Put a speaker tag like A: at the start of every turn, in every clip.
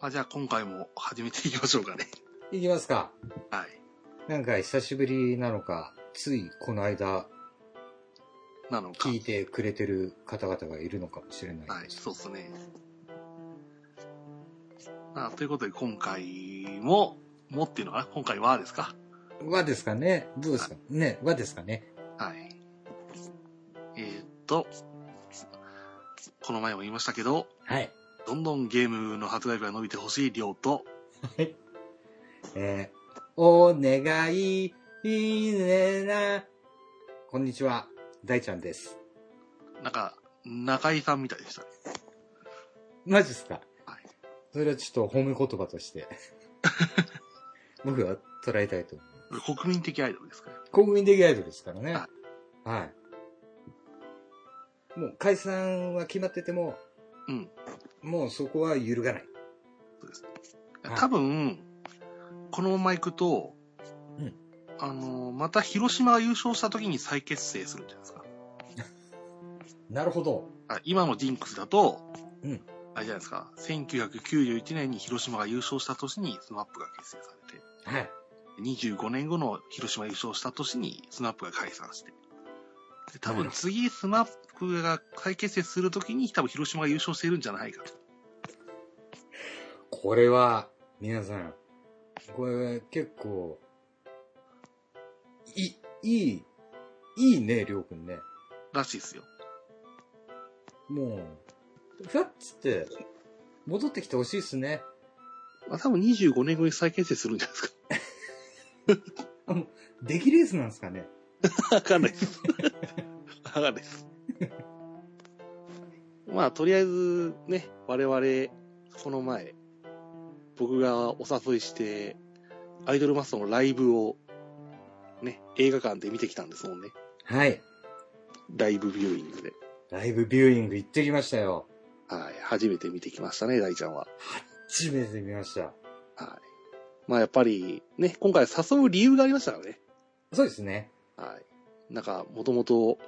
A: あ、じゃあ今回も始めていきましょうかね。
B: いきますか。
A: はい。
B: なんか久しぶりなのか、ついこの間
A: なのか。
B: 聞いてくれてる方々がいるのかもしれない
A: は
B: で
A: い、
B: す。
A: そうですね。あということで今回も、もっていうのは今回はですか
B: 和ですかねどうですかね和ですかね
A: はい。えーっと、この前も言いましたけど、
B: はい。
A: どんどんゲームの発売日が伸びてほしい量と、
B: はい。えー、お願い、いいねな。こんにちは、大ちゃんです。
A: なんか、中井さんみたいでしたね。
B: マジっすか
A: はい
B: それはちょっと褒め言葉と して。僕は捉えたいと思う。
A: 国民的アイドルですから。
B: 国民的アイドルですからね。
A: は
B: はい。もう解散は決まってても、
A: うん。
B: もうそこは揺るがない。はい
A: 多分、このまま行くと、
B: うん
A: あの、また広島が優勝した時に再結成するんじゃないですか。
B: なるほど。
A: あ今のジンクスだと、
B: うん
A: あれじゃないですか、1991年に広島が優勝した年にスマップが結成されて、
B: はい。
A: 25年後の広島優勝した年にスマップが解散して、で多
B: う
A: 分
B: ん
A: 次スマップが再結成する時に多分広島が優勝してるんじゃないかと。
B: これは、皆さん、これ結構、い、いい、いいね、りょうくんね。
A: らしいですよ。
B: もう、ふわっつって、戻ってきてほしいっすね。
A: まあ、多分25年後に再結成するんじゃないですか。
B: 出来レースなんですかね。
A: わかんないです。わかんないです。まあ、とりあえずね、我々、この前、僕がお誘いして、アイドルマスターのライブを、ね、映画館で見てきたんですもんね。
B: はい。
A: ライブビューイングで。
B: ライブビューイング行ってきましたよ。
A: はい。初めて見てきましたね、大ちゃんは。
B: 初めて見ました。
A: はい。まあ、やっぱり、ね、今回誘う理由がありましたからね。
B: そうですね。
A: はい。なんか、もともと、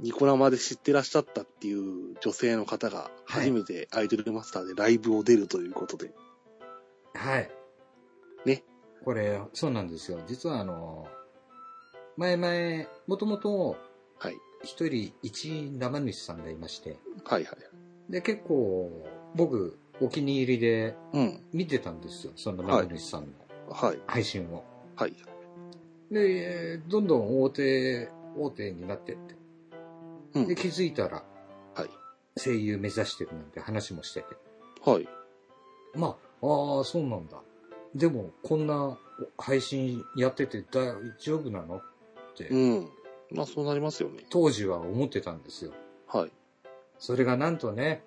A: ニコ生で知ってらっしゃったっていう女性の方が、
B: はい
A: 初めてアイドルマスターでライブを出るということで、
B: はい。
A: ね。
B: これ、そうなんですよ。実はあの、前々、もともと、
A: はい。
B: 一人一生主さんがいまして、
A: はい、はいはい。
B: で、結構、僕、お気に入りで
A: うん。
B: 見てたんですよ。その
A: はい
B: 生主さんの
A: はい。
B: 配信を。
A: はい。
B: で、どんどん大手、大手になってって。
A: うん
B: で、気づいたら、
A: はい。
B: 声優目指してるなんて話もしてて。
A: はい。
B: まあ、ああ、そうなんだ。でも、こんな配信やってて大丈夫なのって、
A: うん。まあ、そうなりますよね。
B: 当時は思ってたんですよ。
A: はい。
B: それがなんとね、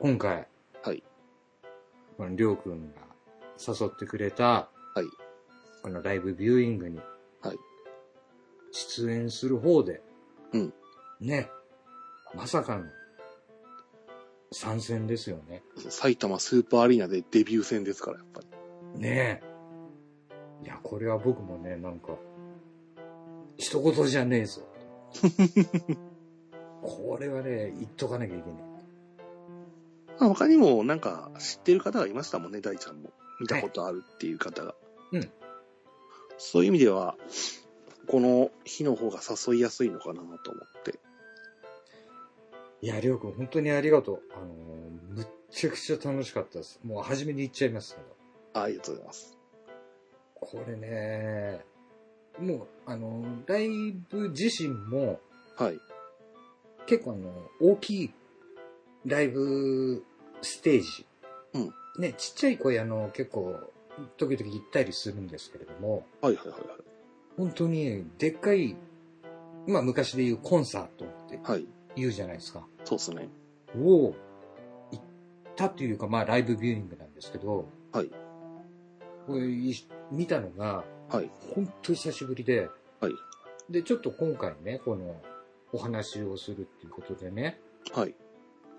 B: 今回、
A: はい。
B: このりょうくんが誘ってくれた、
A: はい。
B: このライブビューイングに、
A: はい。
B: 出演する方で、
A: うん。
B: ね、まさかの、参戦ですよね。
A: 埼玉スーパーアリーナでデビュー戦ですから、やっぱり。
B: ねえ。いや、これは僕もね、なんか、一言じゃねえぞ。 これはね、言っとかなきゃいけない。
A: まあ、他にも、なんか、知ってる方がいましたもんね、大ちゃんも。見たことあるっていう方が。
B: うん。
A: そういう意味では、この日の方が誘いやすいのかなと思って。
B: いや、りょうくん、本当にありがとう。あのーむっちゃくちゃ楽しかったです。もう初めに言っちゃいますけど。
A: ありがとうございます。
B: これね、もう、あのーライブ自身も、
A: はい。
B: 結構あの、大きいライブステージ。
A: うん
B: ね、ちっちゃい声あの、結構、時々行ったりするんですけれども、
A: はいはいはいはい。
B: 本当に、でっかい、まあ昔で言うコンサートって
A: はい。
B: 言うじゃないですか。
A: そうですね。
B: を、行ったというか、まあライブビューイングなんですけど、
A: はい。
B: これい見たのが、
A: はい。
B: 本当久しぶりで、
A: はい。
B: で、ちょっと今回ね、この、お話をするっていうことでね、
A: はい。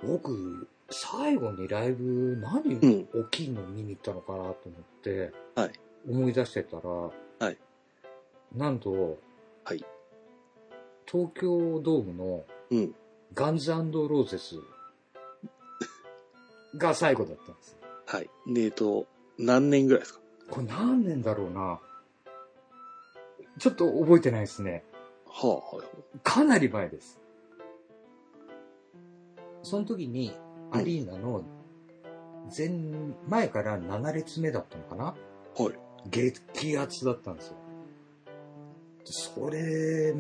B: 僕、最後にライブ何、
A: うん
B: 大きいの見に行ったのかなと思って、
A: はい
B: 思い出してたら、はいなんと、
A: はい
B: 東京ドームの
A: うん。
B: ガンズローゼスが最後だったんです。
A: はい。で、えっと、何年ぐらいですか
B: これ何年だろうな。ちょっと覚えてないですね。
A: はあ、はい。
B: かなり前です。その時に、
A: うん
B: アリーナの前、前から7列目だったのかな
A: はい。
B: 激アツだったんですよ。でそれ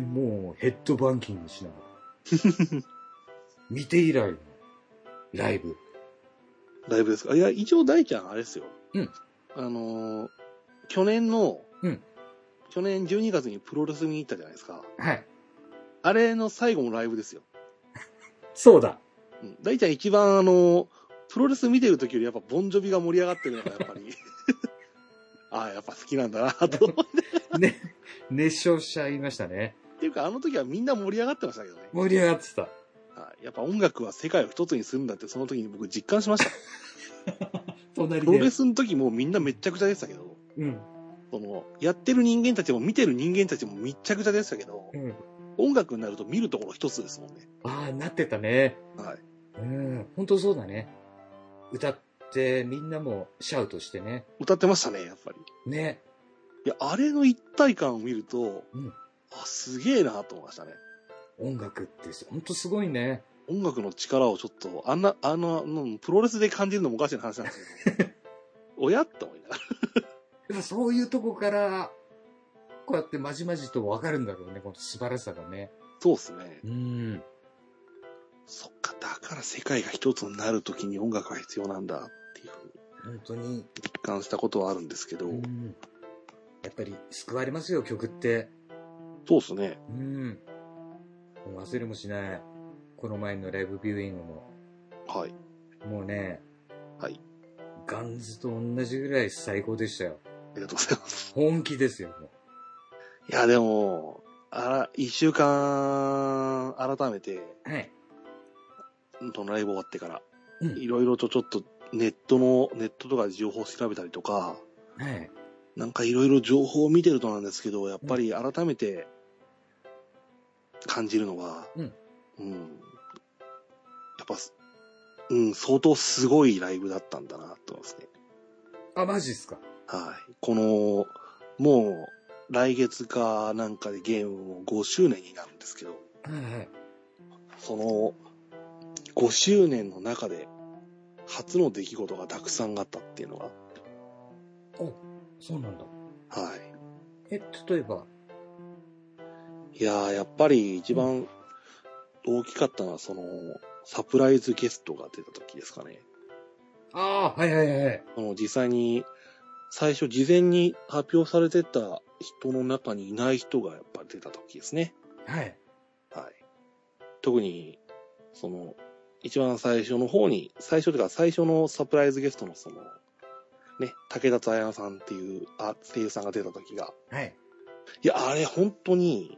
B: でもうヘッドバンキングしながら。 見て以来のライブ。
A: ライブですかいや、一応大ちゃんあれですよ。
B: うん
A: あのー去年の、
B: うん
A: 去年12月にプロレスに行ったじゃないですか。
B: はい。
A: あれの最後のライブですよ。
B: そうだ。
A: うん、大ちゃん一番あの、プロレス見てる時よりやっぱボンジョビが盛り上がってるのがやっぱ り、ああ、やっぱ好きなんだなと。っ
B: ね、熱唱しちゃいましたね。
A: ていうかあの時はみんな盛り上がってましたけどね。
B: 盛り上がってた。
A: はいやっぱ音楽は世界を一つにするんだってその時に僕実感し ました。
B: 隣
A: プロ
B: で
A: レ。スの時もみんなめっちゃくちゃでしたけど、
B: うん。
A: その、やってる人間たちも見てる人間たちもめっちゃくちゃでしたけど、
B: うん。
A: 音楽になると見るところ一つですもんね。
B: ああ、なってたね。
A: はい。
B: うん。本当そうだね。歌ってみんなもシャウトしてね。
A: 歌ってましたね、やっぱり。
B: ね。
A: いや、あれの一体感を見ると、
B: うん
A: あ、すげえなと思いましたね。
B: 音楽って本当すごいね。
A: 音楽の力をちょっと、あんな、あの、うんプロレスで感じるのもおかしな話なんですけ ど、おやって思いながら。
B: やっぱそういうとこから、こうやってまじまじとわかるんだろうね、この素晴らしさがね。
A: そうっすね。
B: うん。
A: そっか、だから世界が一つになるときに音楽が必要なんだっていうふうに
B: 本当に。
A: 実感したことはあるんですけど、
B: うん。やっぱり救われますよ、曲って。
A: そうっすね。
B: うん。もう忘れもしない。この前のライブビューイングも。
A: はい。
B: もうね。
A: はい。
B: ガンズと同じぐらい最高でしたよ。
A: ありがとうございます。
B: 本気ですよ、も
A: いや、でも、あら、一週間、改めて、
B: う。はい。
A: そのライブ終わってから、
B: うん
A: いろいろとちょっとネットの、ネットとかで情報を調べたりとか、
B: はい。
A: なんかいろいろ情報を見てるとなんですけど、やっぱり改めて感じるのは、
B: うん
A: うんやっぱす、うん、相当すごいライブだったんだな、と思いますね。
B: あ、マジっすか。
A: はい。この、もう、来月かなんかでゲームも5周年になるんですけど、
B: はいはい。
A: その、5周年の中で、初の出来事がたくさんあったっていうのが、
B: そうなんだ。
A: はい。
B: え、例えば。
A: いやー、やっぱり一番大きかったのは、その、サプライズゲストが出た時ですかね。
B: ああ、はいはいはい。
A: あの、実際に、最初事前に発表されてた人の中にいない人がやっぱり出た時ですね。
B: はい。
A: はい。特に、その、一番最初の方に、最初というか最初のサプライズゲストのその、ね、武田彩乃さんっていうあ声優さんが出た時が、
B: はい。
A: いや、あれ本当に、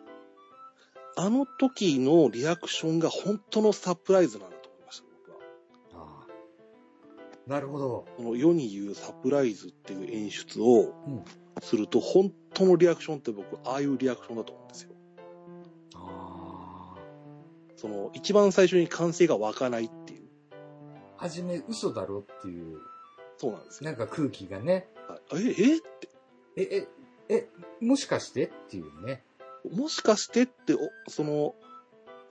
A: あの時のリアクションが本当のサプライズなんだと思いました、僕は。
B: ああ。なるほど。
A: この世に言うサプライズっていう演出を
B: うん
A: すると、本当のリアクションって僕、ああいうリアクションだと思うんですよ。
B: ああ。
A: その、一番最初に歓声が湧かないっていう。
B: はじめ嘘だろっていう、
A: そうなんですよ。
B: なんか空気がね。
A: はいえ、え
B: え、え、え、もしかしてっていうね。
A: もしかしてって、おその、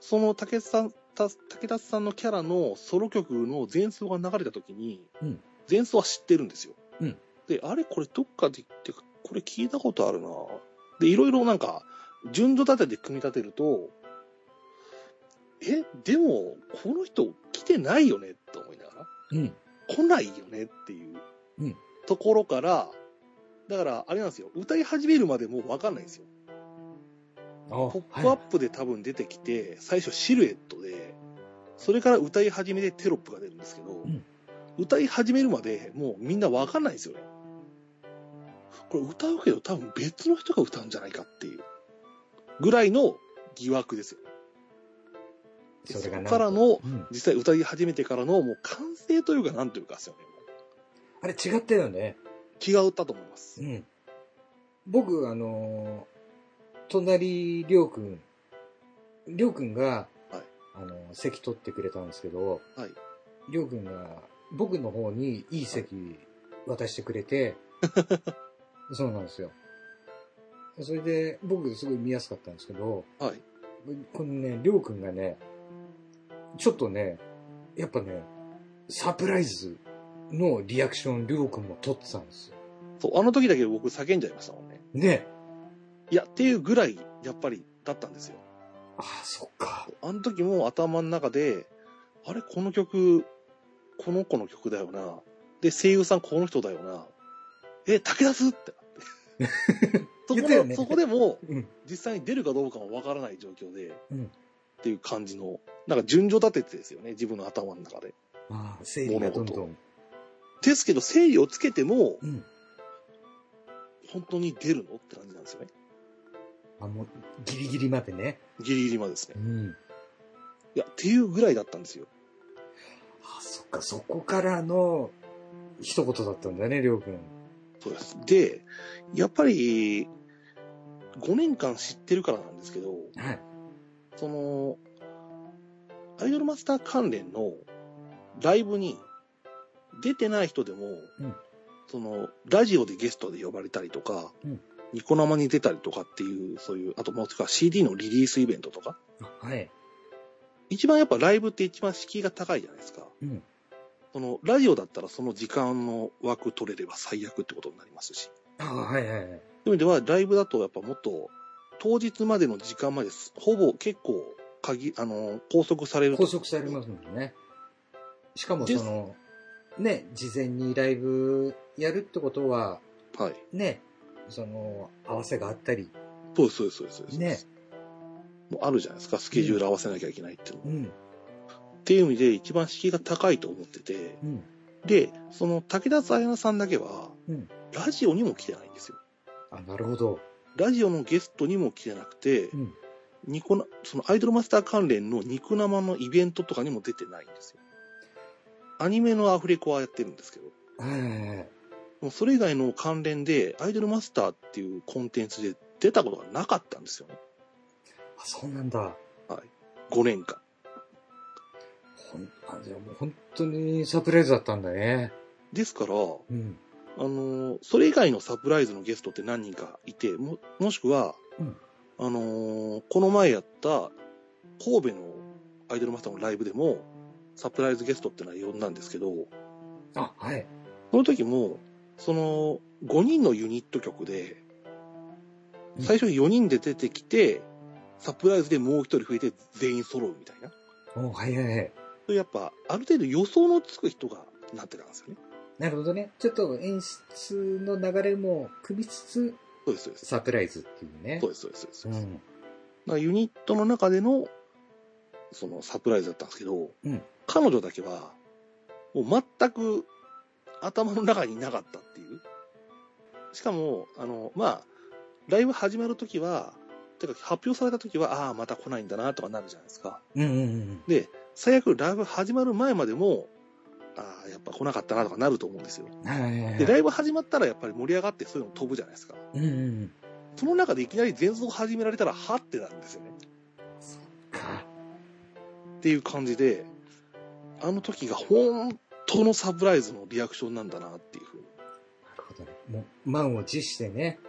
A: その竹田さん、た竹田さんのキャラのソロ曲の前奏が流れた時に、
B: うん
A: 前奏は知ってるんですよ。
B: うん
A: で、あれこれどっかで言って、これ聞いたことあるなで、いろいろなんか、順序立てて組み立てると、え、でも、この人来てないよねって思いながら。
B: うん。
A: 来ないよねっていう
B: うん
A: ところから、だからあれなんですよ、歌い始めるまでもう分かんないんですよ。
B: あ
A: ポ
B: あ
A: ップアップで多分出てきて、最初シルエットで、それから歌い始めでテロップが出るんですけど、
B: ん
A: 歌い始めるまでもうみんなわかんないんですよね。これ歌うけど多分別の人が歌うんじゃないかっていうぐらいの疑惑ですよ。で
B: それがなんと
A: こからの、
B: うん
A: 実際歌い始めてからのもう完成というかなんというかですよね。
B: あれ違ったよね。
A: 気が合ったと思います。
B: ん。僕、あのー、隣、りょうくん。りょうくんが、
A: はい
B: あのー、席取ってくれたんですけど、
A: はい
B: りょうくんが、僕の方にいい席渡してく れて、そうなんですよ。それで、僕すごい見やすかったんですけど、
A: はい。
B: このね、りょうくんがね、ちょっとね、やっぱね、サプライズのリアクションりょうくんも取ってたんですよ。
A: そう、あの時だけ僕叫んじゃいましたもんね。
B: ね。
A: いや、っていうぐらい、やっぱり、だったんですよ。
B: ああ、そっか。
A: あの時も頭の中で、あれ、この曲、この子の曲だよな。で、声優さんこの人だよな。え、武田す ってなってそこ
B: 言ったよ
A: で、
B: ね
A: そこでも、
B: うん。
A: 実際に出るかどうかもわからない状況で、
B: うん
A: っていう感じの、なんか順序立ててですよね、自分の頭の中で。
B: ああ、整理がどんどん。
A: ですけど、整理をつけても、
B: うん。
A: 本当に出るのって感じなんですよね。
B: あ、もう、ギリギリまでね。
A: ギリギリまでですね
B: う。ん。
A: いや、っていうぐらいだったんですよ。
B: あ、そっか、そこからの一言だったんだよね、りょうくん。
A: そうです。で、やっぱり、5年間知ってるからなんですけど、
B: はい。
A: その、アイドルマスター関連のライブに出てない人でも、
B: うん
A: その、ラジオでゲストで呼ばれたりとか、
B: うん
A: ニコ生に出たりとかっていう、そういう、あともう、CD のリリースイベントとか、
B: はい。
A: 一番やっぱライブって一番敷居が高いじゃないですか。
B: うん
A: その、ラジオだったらその時間の枠取れれば最悪ってことになりますし。
B: あはいはいは
A: そ
B: い。
A: ういう意味では、ライブだとやっぱもっと、当日までの時間までです、ほぼ結構、鍵、あの、拘束される。
B: 拘束されますもんね。しかもその、ね、事前にライブやるってことは、
A: す。はい。
B: ね、その、合わせがあったり、
A: そうです、そうです、そうですそうです。
B: ね。
A: もうあるじゃないですか、スケジュール合わせなきゃいけないっていうの。
B: うん、
A: っていう意味で、一番敷居が高いと思ってて、
B: うん。
A: で、その、武田彩奈さんだけは、
B: うん
A: ラジオにも来てないんですよ。
B: あ、なるほど。
A: ラジオのゲストにも来てなくて、
B: うん。
A: ニコな、そのアイドルマスター関連のニコ生のイベントとかにも出てないんですよ。アニメのアフレコはやってるんですけど、
B: はいはいはい。
A: もうそれ以外の関連で、アイドルマスターっていうコンテンツで出たことがなかったんですよね。
B: あ、そうなんだ。
A: 5年間。
B: ほん、あ、じゃあもう本当にサプライズだったんだね。
A: ですから、あの
B: うん。
A: ーそれ以外のサプライズのゲストって何人かいて、も、もしくは、
B: うん
A: あのーこの前やった神戸のアイドルマスターのライブでも、サプライズゲストってのは呼んだんですけど、
B: あ、はい。
A: その時も、その、5人のユニット曲で、
B: うん
A: 最初4人で出てきて、サプライズでもう1人増えて全員揃うみたいな。
B: おはいはいはい。
A: それやっぱ、ある程度予想のつく人がなってたんですよね。
B: なるほどね。ちょっと演出の流れも組みつつ、
A: そうです、そうです。
B: サプライズっていうね。
A: そうです、そうです。そうですだ
B: うん。
A: からユニットの中での、そのサプライズだったんですけど、
B: うん
A: 彼女だけは、もう全く頭の中になかったっていう。しかも、あの、まあ、ライブ始まるときは、てか発表されたときは、ああ、また来ないんだなとかなるじゃないですか。
B: うんうんうん。
A: で、最悪ライブ始まる前までも、ああ、やっぱ来なかったなとかなると思うんですよ。
B: はいはいはい。
A: で、ライブ始まったらやっぱり盛り上がってそういうの飛ぶじゃないですか。
B: うんうん。
A: その中でいきなり前奏始められたら、はってなるんですよね。
B: か。
A: っていう感じで、あの時が本当のサプライズのリアクションなんだなっていうふうに。
B: なるほどね。もう、満を持してね。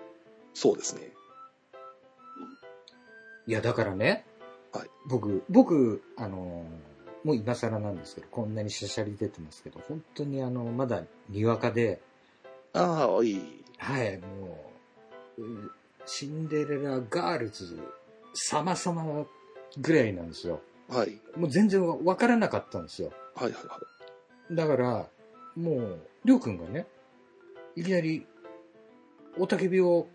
A: そうですね。
B: いや、だからね。
A: はい。
B: 僕、僕、あのーもう今更なんですけど、こんなにしゃしゃり出てますけど、本当にあの、まだにわかで、
A: ああ、いい。
B: はい、もう、うシンデレラガールズ様々ぐらいなんですよ。
A: はい。
B: もう全然わからなかったんですよ。
A: はいはいは
B: だから、もう、りょうくんがね、いきなり、おたけびを、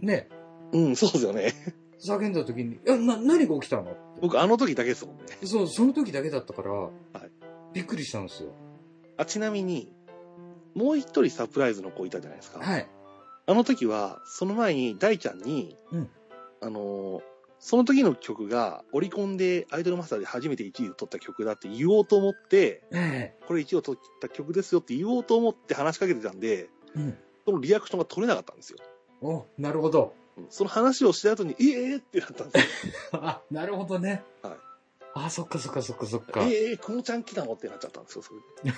B: ね、
A: い。うん、そうですよね。
B: 叫んだ時に、え、な、何が起きたのって
A: 僕、あの時だけですもんね。
B: そう、その時だけだったから、
A: い
B: びっくりしたんですよ。
A: あ、ちなみに、もう一人サプライズの子いたじゃないですか。
B: はい。
A: あの時は、その前に大ちゃんに、
B: うん
A: あのーその時の曲が、オリコンでアイドルマスターで初めて1位を取った曲だって言おうと思って、
B: え
A: これ1位を取った曲ですよって言おうと思って話しかけてたんで、
B: えうん。
A: そのリアクションが取れなかったんですよ。
B: お、なるほど。
A: うんその話をした後に、ええー、ってなったんですよ。
B: あ、なるほどね。
A: はい
B: あ、そっかそっかそっかそっか。
A: ええー、このちゃん来たのってなっちゃったんですよ、それで。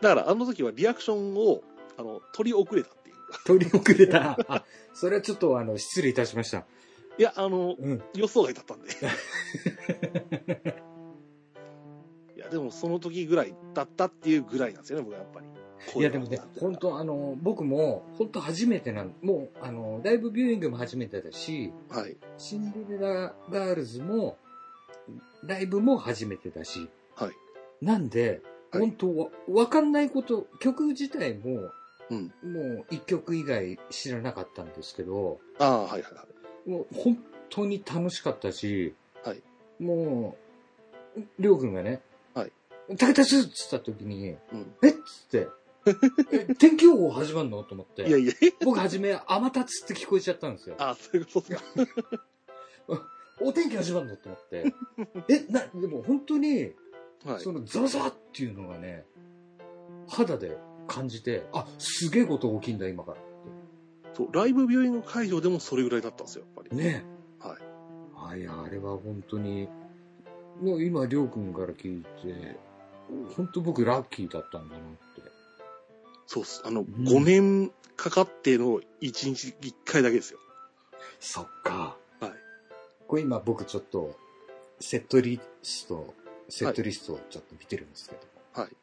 A: だからあの時はリアクションを、あの、取り遅れたっていう。
B: 取り遅れた。あ、 それはちょっとあの、失礼いたしました。
A: いや、あの、
B: うん。
A: 予想外だったんで。 いや、でもその時ぐらいだったっていうぐらいなんですよね、僕はやっぱり。
B: いやでもね、本
A: 当
B: 当あの、僕も、本当初めてなん、もう、あの、ライブビューイングも初めてだし、
A: はい。
B: シンデレラガールズも、ライブも初めてだし。
A: はい
B: なんで、
A: はい
B: 本当わ、わかんないこと、曲自体も、
A: うん
B: もう一曲以外知らなかったんですけど、
A: ああ、はいはいはい。
B: もう本当に楽しかったし、
A: はい
B: もう、りょうくんがね、
A: はい
B: 竹田すっつった時に、
A: うん
B: えっ つって、え天気予報始まんのと思っ
A: いや
B: て、
A: いや、
B: 僕初め、天達って聞こえちゃったんですよ。
A: ああ、そういうことですか。
B: お天気始まんのと 思って。え、な、でも本当に、
A: はい
B: そ。のザワザワっていうのがね、肌で感じて、あ、すげえこと起きんだ、今からっ
A: そう、ライブビューイング会場でもそれぐらいだったんですよ、やっぱり。
B: て。ね。
A: はい
B: あ、いや、あれは本当に、もう今、りょうくんから聞いて、本当僕ラッキーだったんだなって。
A: そうっす。あの、
B: ん
A: 5年かかっての1日1回だけですよ。
B: そっか。
A: はい。
B: これ今僕ちょっと、セットリスト、セットリストをちょっと見てるんですけど。
A: はい。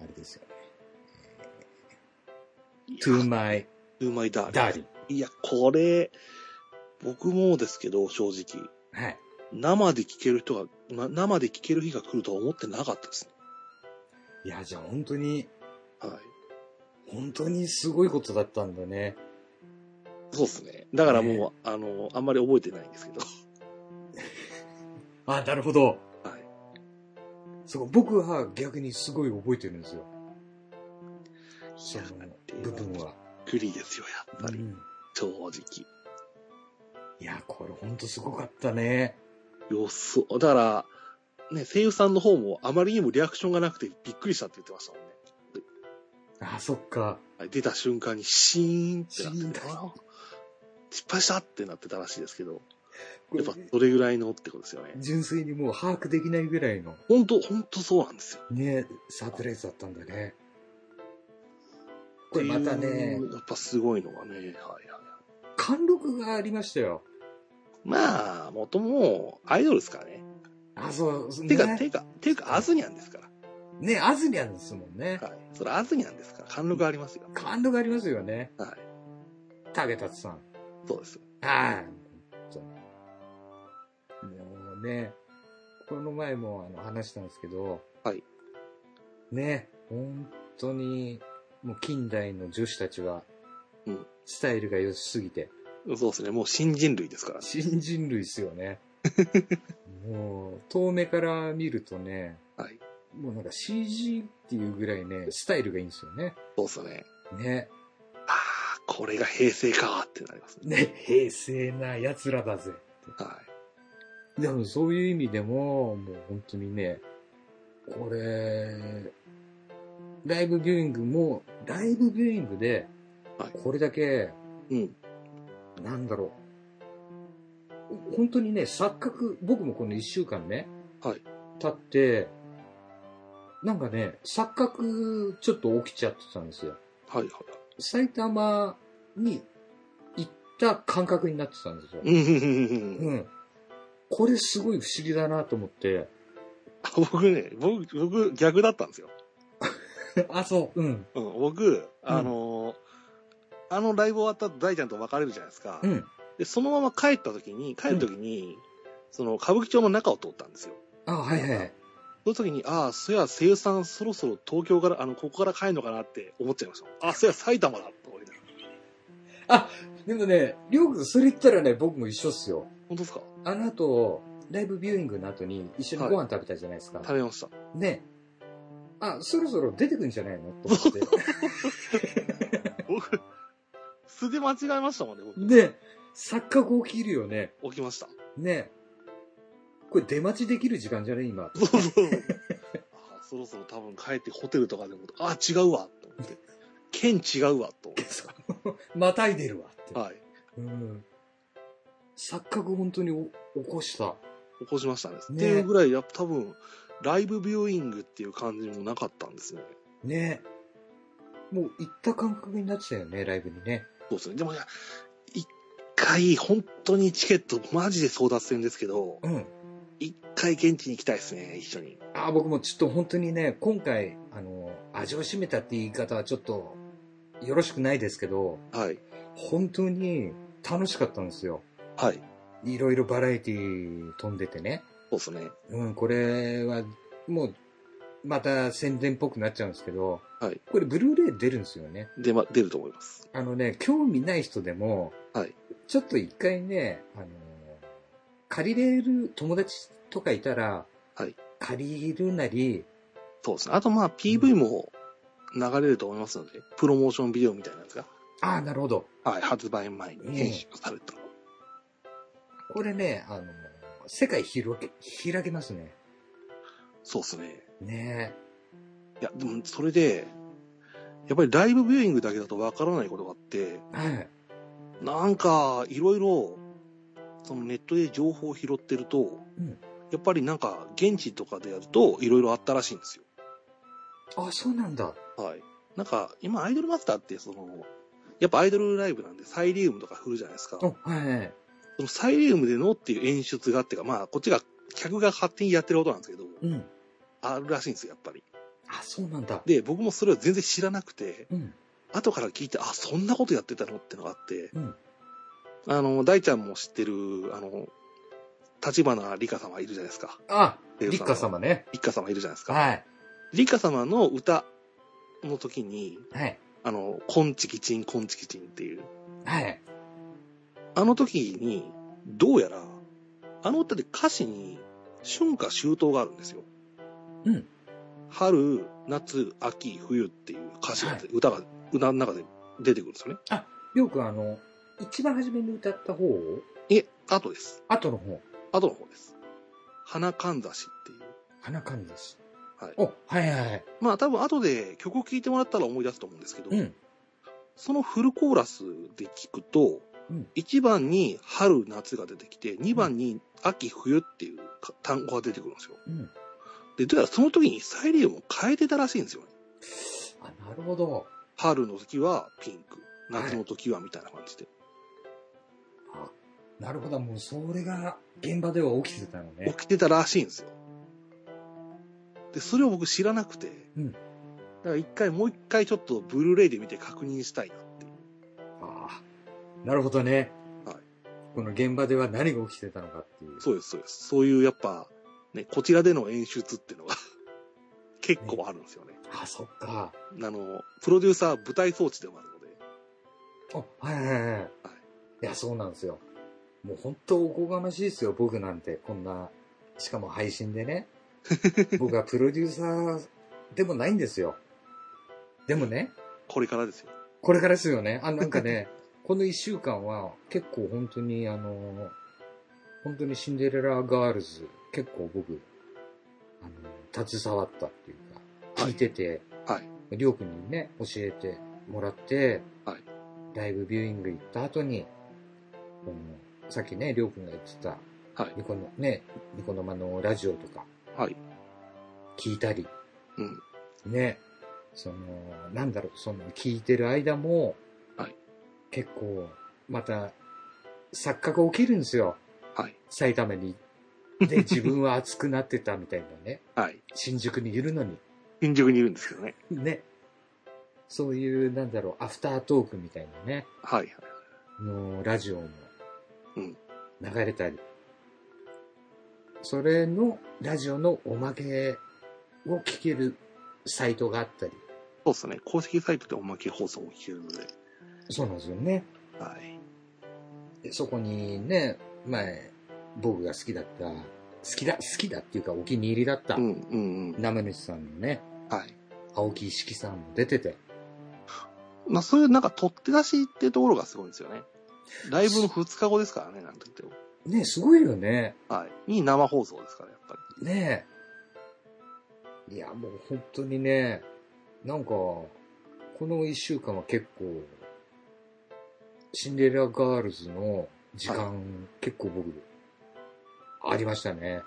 B: あれですよね。
A: いや
B: to my
A: うまいだ。
B: darling.
A: いや、これ、僕もですけど、正直。
B: はい。
A: 生で聴ける人が、な生で聴ける日が来るとは思ってなかったですね。
B: いや、じゃあ本当に、
A: はい。
B: 本当にすごいことだったんだね。
A: そうですね。だからもう、
B: ね
A: あの、あんまり覚えてないんですけど。
B: あ、なるほど。
A: はい。
B: そう、僕は逆にすごい覚えてるんですよ。その部分は。
A: グリですよ、やっぱり。
B: うん
A: 正直。
B: いや、これ本当すごかったね。
A: 予想。だから、ね、声優さんの方もあまりにもリアクションがなくてびっくりしたって言ってましたもんね。
B: あ、そっか。
A: はい出た瞬間にシーンってなって
B: シーン
A: あ失敗したってなってたらしいですけど、
B: こ
A: や
B: れ
A: っぱそれぐらいのってことですよね。
B: 純粋にもう把握できないぐらいの、
A: 本当本当そうなんですよ。
B: ね、サプライズだったんだね。これまたね
A: っていうやっぱすごいのがね、はいはいはい。
B: 貫禄がありましたよ。
A: まあ、元もうアイドルですからね。
B: あ、そう、
A: てか、
B: ね、
A: てか、てか、アズニャンですから。
B: ね、アズニャンですもんね。
A: はい。それアズニャンですから、貫禄ありますよ。
B: 貫禄ありますよね。
A: はい。
B: 竹達さん。
A: そうです。
B: はい。もうね、この前もあの話したんですけど、
A: はい。
B: ね、本当に、もう近代の女子たちは、
A: うん
B: スタイルが良すぎて、
A: そうですね。もう新人類ですから。
B: 新人類っす よね。もう、遠目から見るとね、
A: はい。
B: もうなんか CG っていうぐらいね、スタイルがいいんですよね。
A: そうですね。
B: ね。
A: ああ、これが平成かーってなりますね。
B: ね、平成な奴らだぜ。
A: は
B: でもそういう意味でも、もう本当にね、これ、ライブビューイングも、ライブビューイングで
A: はい、
B: これだけ、
A: い。うん。
B: なんだろう。本当にね、錯覚、僕もこの一週間ね、
A: はい
B: 経って、なんかね、錯覚ちょっと起きちゃってたんですよ。
A: はいはい。
B: 埼玉に行った感覚になってたんですよ。
A: うんうんうんうん。
B: うん。これすごい不思議だなと思って。
A: あ僕ね、僕、僕、逆だったんですよ。
B: あ、そう。うん。
A: うん、僕、あのーあのライブ終わった後、大ちゃんと別れるじゃないですか。
B: うん。
A: で、そのまま帰った時に、帰る時に、その、歌舞伎町の中を通ったんですよ。
B: あ、はいはいはい。
A: その時に、ああ、そや、声優さん、そろそろ東京から、あの、ここから帰るのかなって思っちゃいましたもん。あ、そや、埼玉だと思いながら。
B: でもね、りょうくんそれ言ったらね、僕も一緒っすよ。
A: 本当ですか
B: あの後、ライブビューイングの後に一緒にご飯食べたじゃないですか。
A: 食べました。
B: ね。あ、そろそろ出てくんじゃないのと思 って。
A: 僕、素で間違えましたもんね、僕。
B: ね、錯覚起きるよね。
A: 起きました。
B: ね。これ出待ちできる時間じゃね今。
A: そうそう。あそろそろ多分帰ってホテルとかでも、あ、違うわ、と思って。県違うわ、と思って。
B: またいでるわって。
A: はい。
B: うん。錯覚本当にお起こした。
A: 起こしましたね。
B: ね
A: っていうぐらい、やっぱ多分、ライブビューイングっていう感じもなかったんですね。
B: ね。もう行った感覚になってたよね、ライブにね。
A: そうですね。でもね、一回、本当にチケット、マジで争奪戦ですけど、
B: うん。
A: 一回現地に行きたいですね、一緒に。
B: ああ、僕もちょっと本当にね、今回、あの、味を占めたって言い方はちょっと、よろしくないですけど、
A: はい。
B: 本当に楽しかったんですよ。
A: はい。
B: いろいろバラエティー飛んでてね。
A: そうですね。
B: うん、これは、もう、また宣伝っぽくなっちゃうんですけど、
A: はい
B: これ、ブルーレイ出るんですよね。
A: で、ま、出ると思います。
B: あのね、興味ない人でも、
A: はい
B: ちょっと一回ね、あのー借りれる友達とかいたら、
A: はい
B: 借りるなり、
A: そうですね。あと、まあ、PV も流れると思いますので、プロモーションビデオみたいなやつが、
B: ああ、なるほど。
A: はい、発売前に編集された。
B: これね、あのー世界広げ、開けますね。
A: そうですね。
B: ね
A: いや、でも、それで、やっぱりライブビューイングだけだとわからないことがあって、
B: え。はい。
A: なんか、いろいろ、そのネットで情報を拾ってると、
B: うん
A: やっぱりなんか、現地とかでやると、いろいろあったらしいんですよ。
B: あ、そうなんだ。
A: はい。なんか、今、アイドルマスターって、その、やっぱアイドルライブなんで、サイリウムとか振るじゃないですか。
B: お、はいはい。
A: そのサイリウムでのっていう演出があってか、まあ、こっちが、客が勝手にやってることなんですけど、
B: うん。
A: あるらしいんですよ、やっぱり。
B: あ、そうなんだ。
A: で、僕もそれを全然知らなくて、
B: うん。
A: 後から聞いて、あ、そんなことやってたのってのがあって、
B: うん
A: あの、大ちゃんも知ってる、あの、立花理香様いるじゃないですか。
B: あ、
A: レオさん
B: 立花様ね。
A: 一家様いるじゃないですか。
B: はい。
A: 理香様の歌の時に、
B: はい。
A: あの、コンチキチン、コンチキチンっていう、
B: はい。
A: あの時に、どうやら、あの歌で歌詞に、春夏秋冬があるんですよ。
B: うん。
A: 春、夏、秋、冬っていう歌詞があって、歌が、歌の中で出てくるんですよね。
B: よくあの、一番初めに歌った方を、
A: いえ、後です。
B: 後の方、
A: 後の方です。花かんざしっていう。
B: 花神です。
A: はい
B: お、はいはいはい。
A: まあ多分後で曲を聴いてもらったら思い出すと思うんですけど、
B: うん。
A: そのフルコーラスで聞くと、
B: うん
A: 1番に春夏が出てきて、2番に秋冬っていうか単語が出てくるんですよ。
B: うん。
A: で、どうやらその時にサイリウムを変えてたらしいんですよね。
B: あ、なるほど。
A: 春の時はピンク、夏の時はみたいな感じで。
B: あ、なるほど。もうそれが現場では起きてたのね。
A: 起きてたらしいんですよ。で、それを僕知らなくて、
B: うん
A: だから一回、もう一回ちょっとブルーレイで見て確認したいなっていう。
B: あなるほどね。
A: はい。
B: この現場では何が起きてたのかっていう。
A: そうです、そうです。そういうやっぱ、ね、こちらでの演出っていうのが、 結構あるんですよね。
B: あ、そっ
A: あ
B: か。
A: の、プロデューサー舞台装置でもあるので、
B: お、はいはいはい。いや、そうなんですよ。もう本当おこがましいですよ、僕なんて。こんな、しかも配信で ね。僕はプロデューサーでもないんですよ。でもね、
A: これからですよ。
B: これからです よね。あ、なんかね、この一週間は結構本当にあの、本当にシンデレラガールズ、結構僕、あの、携わったっていうか、
A: は
B: 聞
A: い
B: いてて、
A: はい。
B: りょうくんにね、教えてもらって、
A: はい
B: ライブビューイング行った後に、このさっきね、りょうくんが言ってた、
A: はい。
B: ニコの、ね、ニコ生のラジオとか
A: はい。
B: 聞いたり、
A: うん。
B: ね、その、なんだろう、その、聞いてる間も、
A: はい
B: 結構、また、錯覚起きるんですよ。
A: はい。
B: 埼玉に。 で、自分は熱くなってたみたいなね。
A: はい。
B: 新宿にいるのに。
A: 新宿にいるんですけどね。
B: ね。そういう、なんだろう、アフタートークみたいなね、
A: はい。
B: のラジオも、
A: うん
B: 流れたり。それの、ラジオのおまけを聞けるサイトがあったり。
A: そうですね。公式サイトでおまけ放送を聞けるので、
B: そうなんですよね。
A: はい。
B: でそこにね、前、僕が好きだった、好きだ、好きだっていうかお気に入りだった、
A: うん、うん、うん。
B: ナムネシさんのね、
A: はい。
B: 青木一色さんも出てて、
A: まあそういうなんか取って出しっていうところがすごいんですよね。ライブの2日後ですからね、なんと言っても。
B: ね、すごいよね。
A: はい。に生放送ですから、やっぱり。
B: ねえ。いや、もう本当にね、なんか、この一週間は結構、シンデレラガールズの時間、結構僕、ありましたね。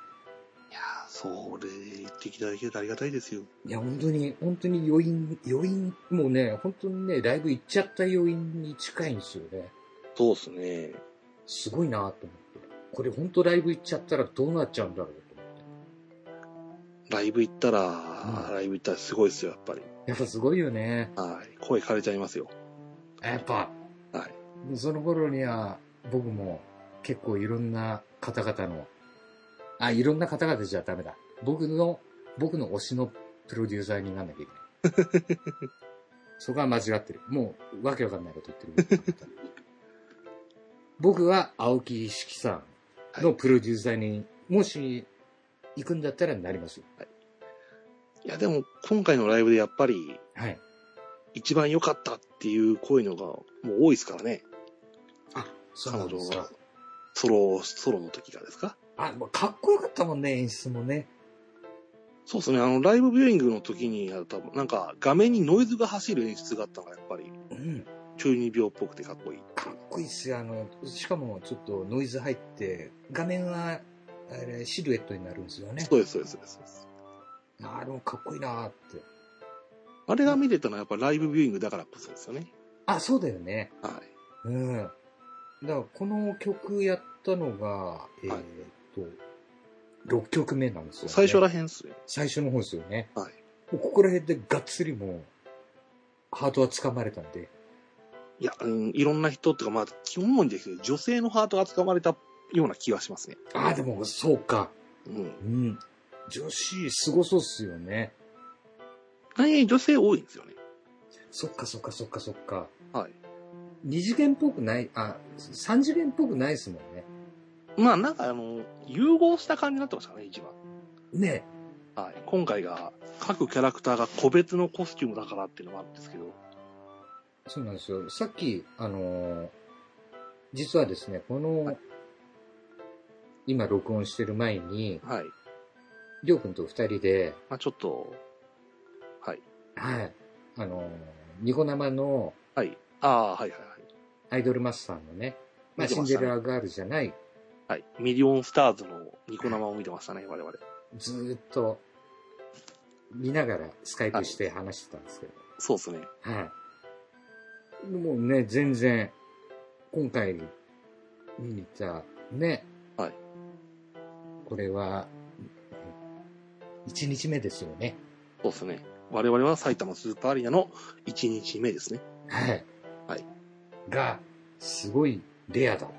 A: いやそれ言っていただけるとありがたいですよ。
B: いや、本当に、本当に余韻、余韻、もうね、本当にね、ライブ行っちゃった余韻に近いんですよね。
A: そうですね。
B: すごいなと思って。これ本当ライブ行っちゃったらどうなっちゃうんだろうと思って。
A: ライブ行ったら、
B: うん
A: ライブ行ったらすごいですよ、やっぱり。
B: やっぱすごいよね。
A: はい。声枯れちゃいますよ。
B: やっぱ、
A: はい。
B: その頃には僕も結構いろんな方々の、あ、いろんな方々じゃダメだ。僕の、僕の推しのプロデューサーになんなきゃいけない。 そこは間違ってる。もう、わけわかんないこと言ってる。僕は青木一色さんのプロデューサーに、もし行くんだったらなりますよ。
A: いや、でも、今回のライブでやっぱり、
B: はい。
A: 一番良かったっていう声のが、もう多いですからね。
B: あ、そ
A: 彼
B: うなん
A: 女
B: です
A: が
B: か。、
A: ソロ、ソロの時がですか
B: あ、まあかっこよかったもんね、演出もね。
A: そうですね。あの、ライブビューイングの時に、あの多分なんか、画面にノイズが走る演出があったのが、やっぱり、
B: うん。
A: 中二病っぽくてかっこいい。
B: かっこいいっすよ。あの、しかもちょっとノイズ入って、画面は、あれ、シルエットになるんですよね。
A: そうです、そうです、そうですそうです。
B: あれもかっこいいなーって。
A: あれが見れたのは、やっぱライブビューイングだからこそですよね。
B: あ、そうだよね。
A: は
B: うん。だから、この曲やったのが、えーっと、6曲目なんですよ、
A: い。
B: ね。
A: 最初らへんっすね。
B: 最初の方ですよね。
A: はい
B: もうここら辺でがっつりもう、ハートは掴まれたんで。
A: いや、うん、いろんな人っていうか、まあ、基本もですけど、女性のハートが掴まれたような気はしますね。
B: ああ、でも、そうか。
A: うん。
B: うん。女子、すごそうっすよね。
A: 大変女性多いんですよね。
B: そっかそっかそっかそっか。
A: はい。
B: 二次元っぽくない、あ、三次元っぽくないですもんね。
A: まあ、なんか、あの、融合した感じになってましたね、一番。
B: ね
A: はい。今回が、各キャラクターが個別のコスチュームだからっていうのもあるんですけど、
B: そうなんですよ。さっき、あのー実はですね、この、今録音してる前に、
A: はい。
B: りょうくんと二人で、
A: まあ、ちょっと、はい。
B: はい、あのーニコ生の
A: はい。ああ、はいはいはい。
B: アイドルマスターのね、ま
A: 見
B: あ、
A: て
B: シン
A: ま
B: デ
A: したね
B: レラガールじゃない、
A: はい。ミリオンスターズのニコ生を見てましたね、我々。
B: ずーっと、見ながらスカイプして話してたんですけど、
A: そうですね。
B: はい。もうね、全然、今回見に行った、ね。
A: はい。
B: これは、1日目ですよね。
A: そうですね。我々は埼玉スーパーアリーナの1日目ですね。
B: はい。
A: はい。
B: が、すごいレアだと。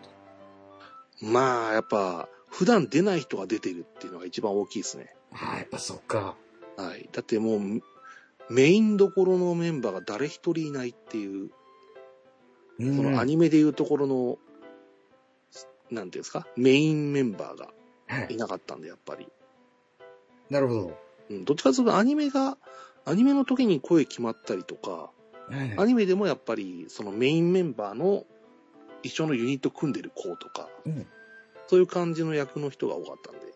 A: まあ、やっぱ、普段出ない人が出てるっていうのが一番大きいですね。
B: はい、やっぱそっか。
A: はい。だってもう、メインどころのメンバーが誰一人いないっていう、
B: うん
A: そのアニメでいうところの、なんていうんですか、メインメンバーが
B: はいい。
A: なかったんで、やっぱり。
B: なるほど。
A: うん、どっちかというとアニメが、アニメの時に声決まったりとか、
B: はい
A: アニメでもやっぱり、そのメインメンバーの一緒のユニット組んでる子とか、
B: うん
A: そういう感じの役の人が多かったんで。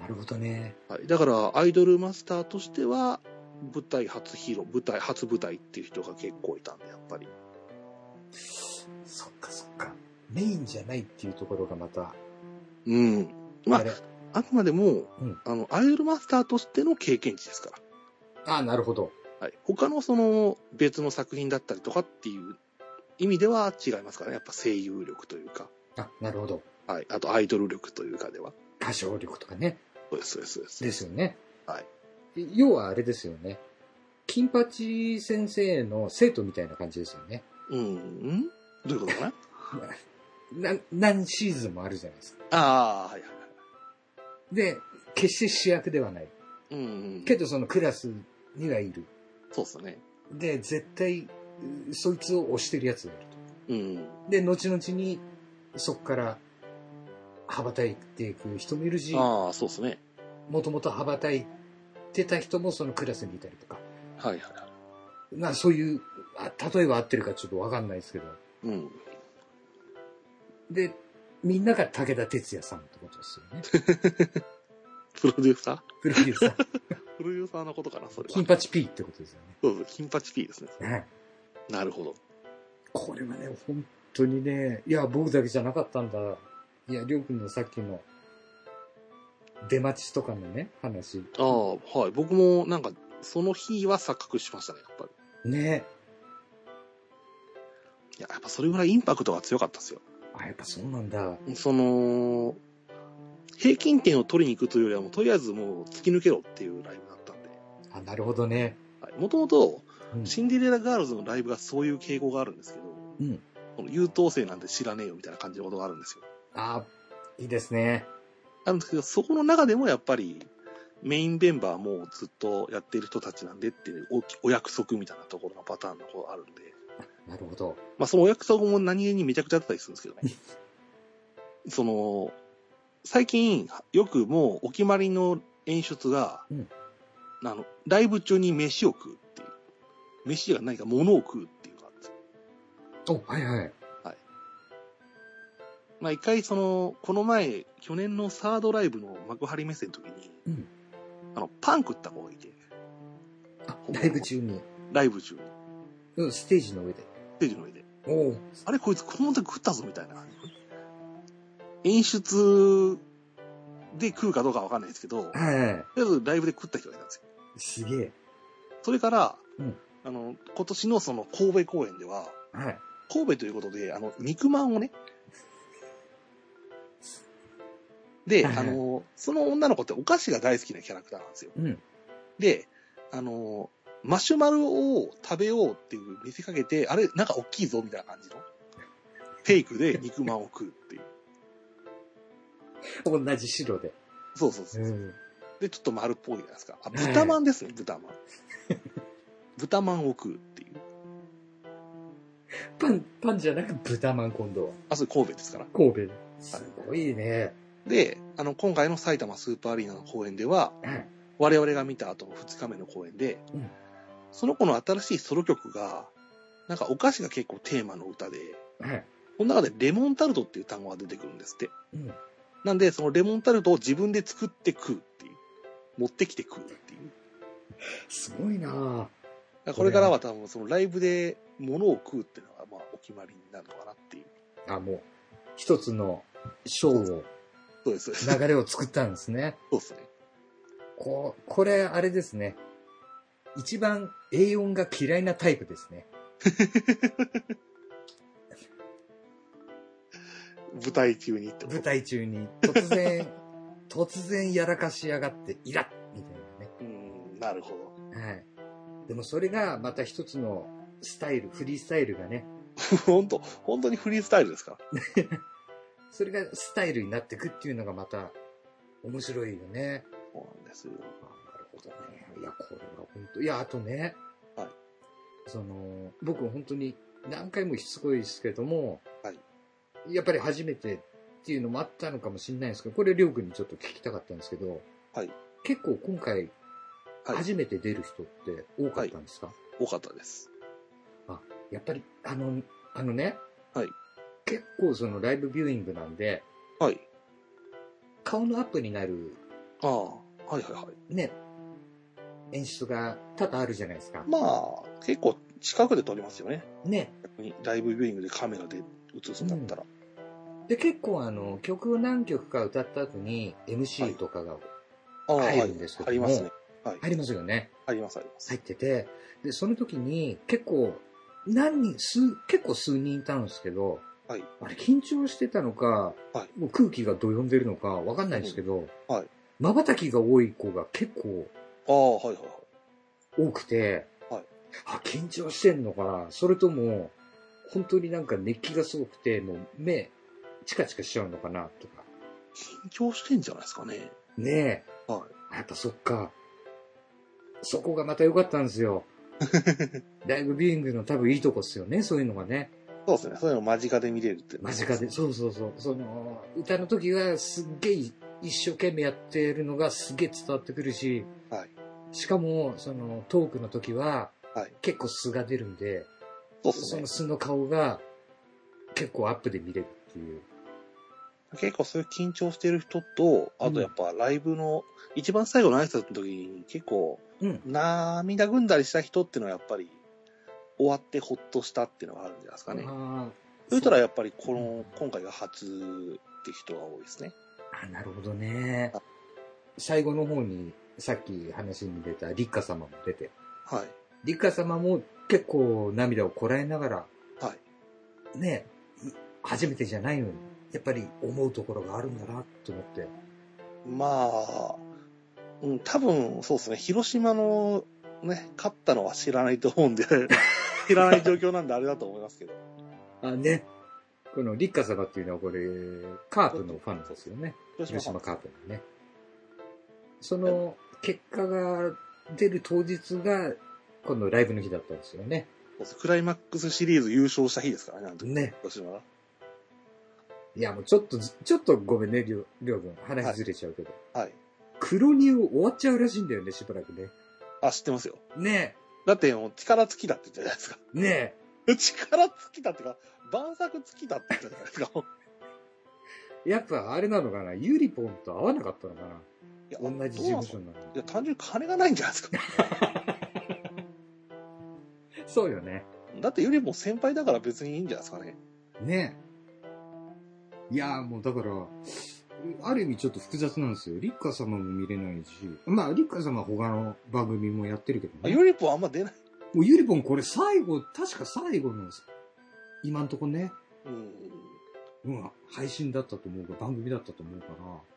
B: なるほどね。
A: はい、だから、アイドルマスターとしては、舞台初ヒーロー、舞台、初舞台っていう人が結構いたんで、やっぱり。
B: そっかそっか。メインじゃないっていうところがまた、
A: うん。まあ
B: あれ、
A: あくまでも、
B: うん
A: あの、アイドルマスターとしての経験値ですから。
B: あ、なるほど。
A: はい。他のその、別の作品だったりとかっていう意味では違いますからね。やっぱ声優力というか。
B: あ、なるほど。
A: はい。あと、アイドル力というかでは。
B: 歌唱力とかね。
A: そうです、そうです、そうです。
B: ですよね。
A: はい
B: 要はあれですよね。金八先生の生徒みたいな感じですよね。
A: うん、んどういうことかな
B: な何シーズンもあるじゃないですか。
A: ああ、はいはいは
B: で、決して主役ではない。
A: い。うん、うん。
B: けどそのクラスにはいる。
A: そうっすね。
B: で、絶対、うそいつを推してるやつがいると。
A: うん。
B: で、後々に、そこから、羽ばたいていく人もいるし、も
A: ああ、そうっすね。
B: ともと羽ばたいてた人もそのクラスにいたりとか。
A: はいはいは
B: まあそういう、あ例えば合ってるかちょっとわかんないですけど。
A: い。うん。
B: で、みんなが武田鉄矢さんってことですよね。
A: プロデューサー
B: プロデューサー。
A: プロデューサーのことかな、それは。
B: 金八 P ってことですよ
A: そうそう、金八 P ですね。
B: ね。はい。
A: なるほど。
B: これはね、本当にね、いや、僕だけじゃなかったんだ。いや、りょうくんのさっきの出待ちとかのね、話。
A: ああ、はい。僕もなんか、その日は錯覚しましたね、やっぱり。
B: ね。
A: いや、やっぱそれぐらいインパクトが強かったですよ。
B: あ、やっぱそうなんだ。
A: その、平均点を取りに行くというよりは、もうとりあえずもう突き抜けろっていうライブだったんで。
B: あ、なるほどね。
A: はい。もともと、
B: うん
A: シンデレラガールズのライブがそういう傾向があるんですけど、
B: うん
A: この優等生なんて知らねえよみたいな感じのことがあるんですよ。
B: あ、いいですね。
A: あるんですけど、そこの中でもやっぱり、メインメンバーもずっとやってる人たちなんでっていうおお約束みたいなところのパターンの方があるんで、
B: なるほど。
A: まあそのお約束も何気にめちゃくちゃだったりするんですけど ね。その、最近よくもうお決まりの演出が、
B: うん
A: あの、ライブ中に飯を食うっていう。飯が何か物を食うっていうのがあるんですよ
B: お、はいはい。
A: まあ一回その、この前、去年のサードライブの幕張メッセの時に、
B: うん
A: あの、パン食った子がいて、
B: あ、ライブ中に。
A: ライブ中に、
B: うん、ステージの上で。
A: ステージの上で。
B: おう
A: あれこいつこの時食ったぞみたいな。演出で食うかどうかわかんないですけど、とりあ
B: はいはい。
A: えずライブで食った人がいたんですよ。
B: すげえ。
A: それから、
B: うん
A: あの、今年のその神戸公演では、
B: はい。
A: 神戸ということで、あの、肉まんをね、で、
B: はいは
A: あ
B: い
A: の、その女の子ってお菓子が大好きなキャラクターなんですよ。
B: うん。
A: で、あの、マシュマロを食べようっていう見せかけて、あれ、なんか大きいぞみたいな感じの、フェイクで肉まんを食うっていう。
B: 同じ白で。
A: そうそうそう。
B: ん。
A: で、ちょっと丸っぽいじゃないですか。あ、豚まんですね、 豚まん。豚まんを食うっていう。
B: パン、パンじゃなく豚まん今度は。
A: あ、それ神戸ですから。
B: 神戸。すごいね。
A: で、あの、今回の埼玉スーパーアリーナの公演では、
B: はい。
A: 我々が見た後の2日目の公演で、
B: うん
A: その子の新しいソロ曲が、なんかお菓子が結構テーマの歌で、
B: はい。
A: この中でレモンタルトっていう単語が出てくるんですって。
B: うん。
A: なんで、そのレモンタルトを自分で作って食うっていう。持ってきて食うっていう。
B: すごいなぁ。
A: だからこれからは多分そのライブで物を食うっていうのがまあお決まりになるのかなっていう。
B: あ、もう、一つのショーを、
A: そうです、そうです。そう
B: 流れを作ったんですね。
A: ですね。
B: こう、これ、あれですね。一番 A4 が嫌いなタイプですね。
A: 舞台中にってこと
B: 舞台中に突然、 突然やらかしやがって、イラッみたいう
A: ーん、なるほど。
B: なね。はい。でもそれがまた一つのスタイル、フリースタイルがね、
A: 本当本当にフリースタイルですから。
B: それがスタイルになってくっていうのがまた面白いよね。
A: そうなんですよ。
B: あなるほどね。いや、これは本当いや、あとね。
A: はい
B: その、僕本当に何回もしつこいですけども、
A: は
B: やっぱり初めてっていうのもあったのかもしれないんですけど、これ、りょうくんにちょっと聞きたかったんですけど、
A: はい
B: 結構今回、
A: はい
B: 初めて出る人って多かったんですか、
A: 多かったです。
B: やっぱり、あの、あのね、
A: はい
B: 結構そのライブビューイングなんで、
A: はい。
B: 顔のアップになる
A: ああ、はいはいはい。
B: ね、演出が多々あるじゃないですか。
A: まあ、結構近くで撮りますよね。
B: ね。
A: 逆にライブビューイングでカメラで映すんだったら。
B: で、結構あの、曲を何曲か歌った後に
A: はい
B: MC とかが
A: ああ、
B: 入
A: は
B: る
A: い
B: んですけ。ども
A: ありますね。はい。
B: 入りますよね。
A: あります、あります。
B: 入ってて。で、その時に結構、何人、数、結構数人いたんですけど、
A: はい
B: あれ緊張してたのか、
A: は
B: もう空気がどよんでるのかわかんないですけど、
A: うんはい
B: 瞬きが多い子が結構
A: ああ、はいはいはい。
B: 多くて、
A: はい
B: あ、緊張してんのかなそれとも、本当になんか熱気がすごくて、もう目、チカチカしちゃうのかなとか。
A: 緊張してんじゃないですかね。
B: ねえ。
A: は
B: やっぱそっか。そこがまた良かったんで すよ。ライブビューイングの多分いいとこっすよね、そういうのがね。
A: そうですね。そういうのを間近で見れるっていうの
B: 間
A: は
B: 近で。。そうそうそう。その、歌の時はすっげえ一生懸命やってるのがすげえ伝わってくるし、
A: はい
B: しかも、その、トークの時は、
A: はい
B: 結構素が出るんで、
A: そうです
B: そ
A: ね
B: の。素の顔が結構アップで見れるっていう。
A: 結構そういう緊張してる人と、あとやっぱライブの、一番最後の挨拶の時に結構
B: うん。
A: 涙ぐんだりした人っていうのはやっぱり終わってほっとしたっていうのがあるんじゃないですかね。
B: あ
A: そしたらやっぱりこの、今回が初って人が多いですね。
B: あ、なるほどね。最後の方にさっき話に出た立花様も出て、
A: はい。
B: 立花様も結構涙をこらえながら、
A: は
B: ね、い初めてじゃないのに、やっぱり思うところがあるんだなと思って、
A: まあ、うん、多分そうですね、広島のね、勝ったのは知らないと思うん で、知らない状況なんであれだと思いますけど。
B: あ、ね、この立花様っていうのはこれ、カープのファンですよね。広島カープのね。その結果が出る当日が、今度ライブの日だったんですよね。
A: そうですクライマックスシリーズ優勝した日ですからね、あの時
B: ね。
A: 広島は。
B: いや、もうちょっとず、ちょっとごめんね、りょう、りょうくん。話ずれちゃうけど。
A: はい。
B: 黒乳終わっちゃうらしいんだよね、しばらくね。
A: あ、知ってますよ。
B: ね
A: だってもう力尽きだって言ったじゃないですか。
B: え、ね
A: 力尽きだっていうか、 晩作尽きだって言ったじゃないですか。
B: え。やっぱあれなのかな、ユリポンと合わなかったのかな。
A: いや
B: 同じ事務所なのに。
A: いや、単純に金がないんじゃないですか。
B: そうよね。
A: だってよりも先輩だから別にいいんじゃないですかね。
B: ねえ。いやーもうだから、ある意味ちょっと複雑なんですよ。リッカ様も見れないし、まあリッカ様は他の番組もやってるけど
A: あ
B: ね。
A: よりもあんま出ない。
B: もうユリポンこれ最後、確か最後の、今んとこね、
A: うん。
B: うん、配信だったと思うか、番組だったと思うか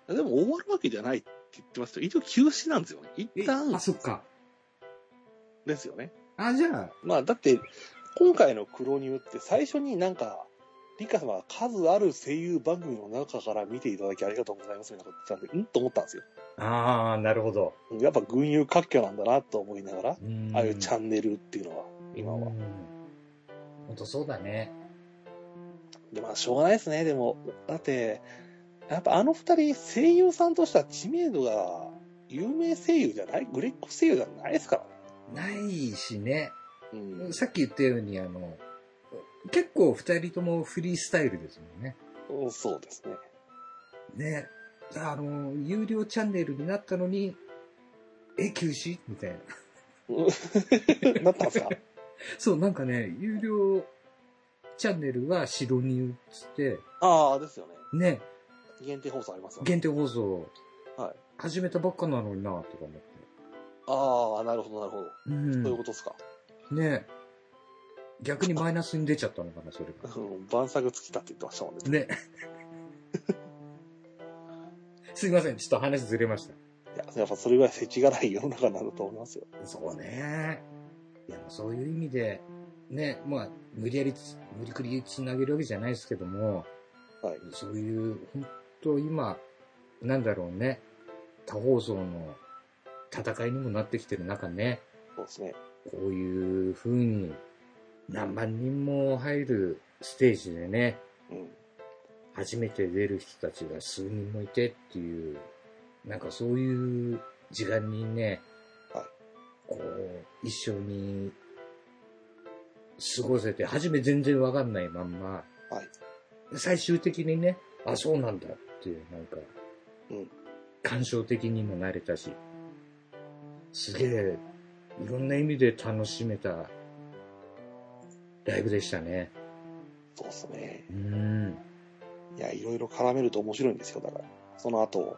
B: ら。
A: でも終わるわけじゃないって言ってますよ。一応休止なんですよね。一
B: え
A: 旦
B: あ、そっか。
A: ですよね。
B: あ、じゃあ、
A: まあ、だって、今回の黒乳って最初になんか、リカ様が数ある声優番組の中から見ていただきありがとうございますみたいなこと言ってたんで、んと思ったんですよ。
B: ああ、なるほど。
A: やっぱ群雄割拠なんだなと思いながら、ああいうチャ
B: ン
A: ンネルっていうのは、今は。。
B: 本当そうだね。
A: で、まあ、しょうがないですね、でも。だって、やっぱあの二人、声優さんとしては知名度が、有名声優じゃないグレッコ声優じゃないですからね。
B: ないしね。
A: うん。
B: さっき言ったように、あの、結構二人ともフリースタイルですもんね。
A: そうですね。
B: ね。あの、有料チャンネルになったのに、え、休止みたいな。
A: うん なったんですか
B: そう、なんかね、有料チャンネルは白に移って、
A: ああ、ですよね。
B: ね、
A: 限定放送ありますよね。
B: 限定放送
A: はい、
B: 始めたばっかなのにな、とか思って。
A: ああ、なるほど、なるほど。
B: うん
A: そういうことですか。
B: ね逆にマイナスに出ちゃったのかな、それ が。
A: うん晩作尽きたって言ってましたもんね。
B: ね。 すいません、ちょっと話ずれました。
A: いや、やっぱそれぐらい世知辛い世の中なんだと思いますよ。
B: そうね。いや、そういう意味で、ね、まあ、無理やりつ、無理くりつなげるわけじゃないですけども、
A: はい。
B: そういう、本当今、なんだろうね、他放送の戦いにもなってきてる中ね、
A: そうですね。
B: こういう風に何万人も入るステージでね、
A: うん。
B: 初めて出る人たちが数人もいてっていう、なんかそういう時間にね、
A: はい
B: こう、一緒に過ごせて、初め全然わかんないまんま、
A: はい
B: 最終的にね、あ、そうなんだっていう、なんか、
A: うん
B: 感傷的にもなれたし、すげえ、いろんな意味で楽しめたライブでしたね。
A: そうですね。
B: うん。
A: いや、いろいろ絡めると面白いんですよ、だから。その後、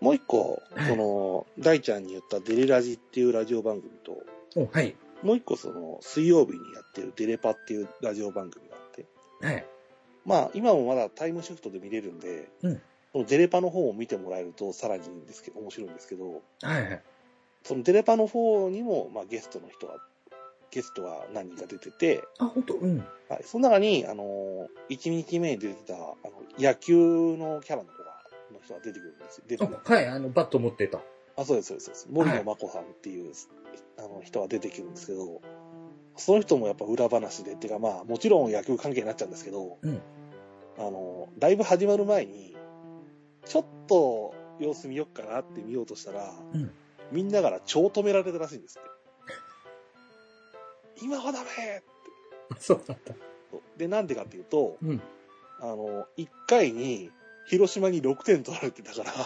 A: もう一個、
B: はい
A: そ の、大ちゃんに言ったデレラジっていうラジオ番組と、
B: お、はい。
A: もう一個その、水曜日にやってるデレパっていうラジオ番組があって、
B: はい。
A: まあ、今もまだタイムシフトで見れるんで、
B: うん
A: そのデレパの方を見てもらえるとさらにいいんですけど、面白いんですけど、
B: はいはい。
A: そのデレパの方にも、まあ、ゲストの人が、ゲストが何人か出てて、
B: あ、本当うん。
A: はい、その中に、あの、1日目に出てた、あの、野球のキャラの子が、の人が出てくるんですよ。出てくる
B: あはい、あの、バット持ってた。
A: あ、そうです、そうですそうです。森野真子さんっていう、あの人が出てくるんですけど、その人もやっぱ裏話で、っていうかまあ、もちろん野球関係になっちゃうんですけど、
B: うん
A: あの、ライブ始まる前に、ちょっと様子見よっかなって見ようとしたら、
B: うん
A: みんなから超止められたらしいんですって。今はダメ
B: そうだった。
A: とで、なんでかっていうと、
B: うん。
A: あの、1回に広島に6点取られてたから、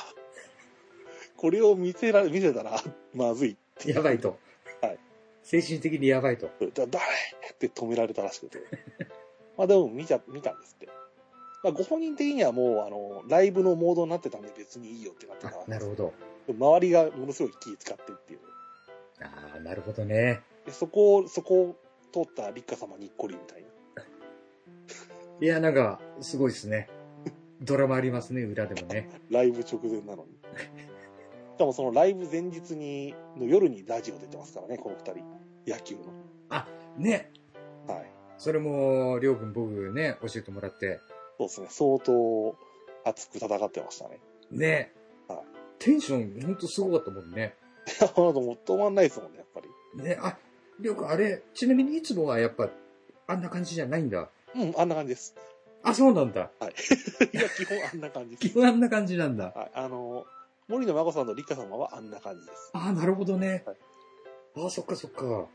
A: これを見せられ、見せたらまずいって。
B: やばいと。
A: はい。
B: 精神的にやばいと。
A: だ、誰って止められたらしくて。まあでも見ちゃ、見たんですって。まあ、ご本人的にはもう、あの、ライブのモードになってたんで別にいいよってなってた
B: あ、なるほど。
A: 周りがものすごい気使ってっていう。
B: ああ、なるほどね。
A: でそこを、そこを通った立花様にっこりみたいな。
B: いや、なんか、すごいですね。ドラマありますね、裏でも ね。
A: ライブ直前なの に。しかもそのライブ前日に、の夜にラジオ出てますからね、この二人。野球の。
B: ね。
A: はい。
B: それも、りょうくん僕ね、教えてもらって。
A: そうですね、相当熱く戦ってましたね。
B: ね
A: はい。
B: テンション、ほんとすごかったもんね。
A: いや、ほんともう止まんないですもんね、やっぱり。
B: ね、あ、りょうくん、あれ、ちなみにいつもはやっぱ、あんな感じじゃないんだ。
A: うん、あんな感じです。
B: あ、そうなんだ。
A: はい。いや、基本あんな感じで
B: 基
A: す。
B: 本あんな感じなんだ。
A: はい。あの、森の孫さんと立花様はあんな感じです。
B: ああ、なるほどね。
A: はい
B: ああ、そっかそっか。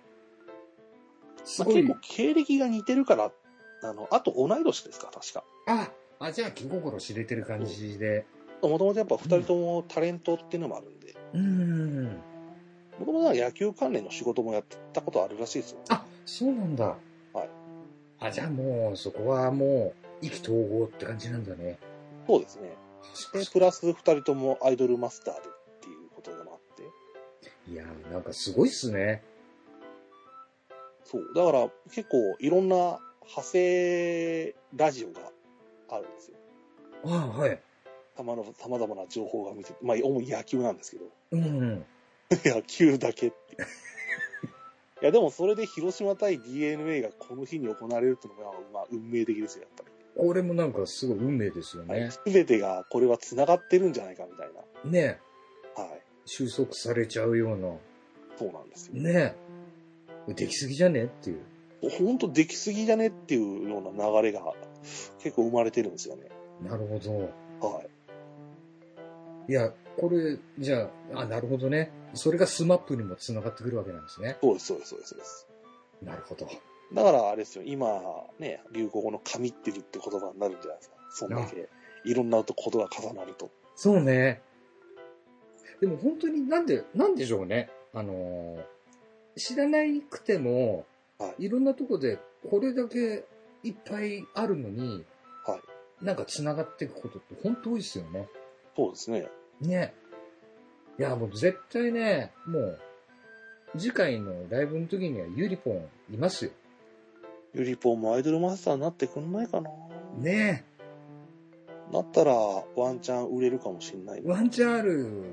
B: す
A: まあ
B: ごい
A: 結。構経歴が似てるから、あの、あと同い年ですか、確か。
B: ああ、じゃあ気心知れてる感じで。
A: もともとやっぱ二人ともタレントっていうのもあるんで、
B: うーん。
A: もともと野球関連の仕事もやってたことあるらしいですよ。
B: あ、そうなんだ。
A: はい。
B: あ、じゃあもう、そこはもう、意気投合って感じなんだね。
A: そうですね。
B: そっか
A: で、
B: そっ
A: プラス二人ともアイドルマスターでっていうことでもあって。
B: かいやー、なんかすごいっすね。
A: そう。だから結構いろんな派生ラジオがあるんですよ。
B: ああ、はい。
A: さまざまな情報が見て、まあ、主に野球なんですけど。
B: うん。
A: 野球だけっていう。いや、でもそれで広島対 DNA がこの日に行われるってのが、まあ、運命的ですよ、やっぱ
B: これもなんかすごい運命ですよ
A: り。
B: ね。
A: すべてが、これは繋がってるんじゃないか、みたいな。
B: ね
A: はい。
B: 収束されちゃうよう
A: そうなんですよ。
B: な。ねできすぎじゃねっていう。
A: ほんとできすぎじゃねっていうような流れが、結構生まれてるんですよね。
B: なるほど。
A: はい。
B: いや、これ、じゃあ、あ、なるほどね。それがスマップにも繋がってくるわけなんですね。
A: そうです、そうです、そうですそうです。
B: なるほど。
A: だから、あれですよ、今、ね、流行語の神ってるって言葉になるんじゃないですか。そんだけ、いろんなことが重なると。
B: そうね。でも本当になんで、なんでしょうね。あのー知らないくても、
A: はい
B: ろんなとこでこれだけいっぱいあるのに、
A: は
B: なんか繋がっていくことって本当多いですよね。
A: そうですね。
B: ね。いや、もう絶対ね、もう、次回のライブの時にはユリポンいますよ。
A: ゆりぽんもアイドルマスターになってくんないかな。
B: ね
A: なったら、ワンチャン売れるかもしんない。
B: ワンチャンある、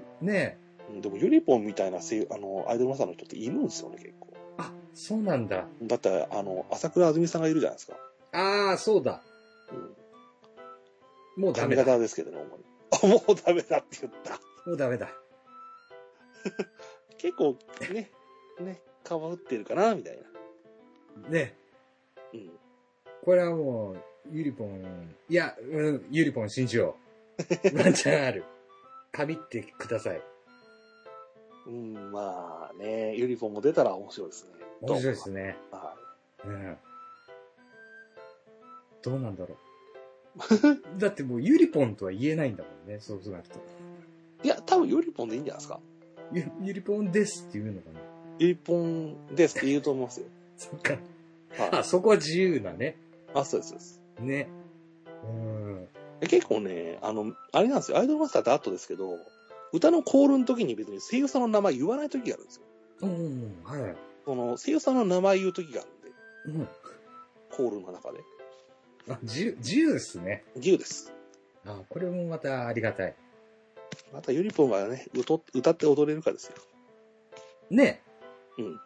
A: う
B: ね
A: んでも、ゆりぽんみたいな声優あの、アイドルマスターの人っているんですよね、結構。
B: あ、そうなんだ。
A: だって、あの、朝倉あずみさんがいるじゃないですか。
B: ああ、そうだ。
A: うん。
B: もうダ
A: 髪
B: メだ。
A: 型ですけどね、主に。あ、もうダメだって言った。
B: もうダメだ。
A: 結構、ね、ね、かわってるかな、みたいな。
B: ね。
A: うん。
B: これはもう、ユリポン、いや、うん、ユリポン信じよう。ワンチャンある。神ってください。
A: うん、まあね、ユニフォームも出たら面白いですね。
B: 面白いですね。
A: どうか。は
B: うん。どうなんだろう。だってもうユリポンとは言えないんだもんね、そうそうなると。
A: い。いや、多分ユニフォームでいいんじゃないですか。
B: ユユリポンですって言うのかな。
A: ユニフォームですって言うと思います よ。
B: そっか。あ、
A: は
B: そこは自由なね。
A: い。あ、そうです、そうです。
B: ね。うん。
A: 結構ね、あの、あれなんですよ、アイドルマスターって後ですけど、歌のコールの時に別に声優さんの名前言わない時があるんですよ。
B: うん、はい。
A: その、声優さんの名前言う時があるんで、
B: うん。
A: コールの中で。
B: あ、自由、自由ですね。
A: 自由です。
B: あ、これもまたありがたい。
A: またユニフォームがね、歌歌って踊れるかですよ。
B: ね。
A: うん。
B: い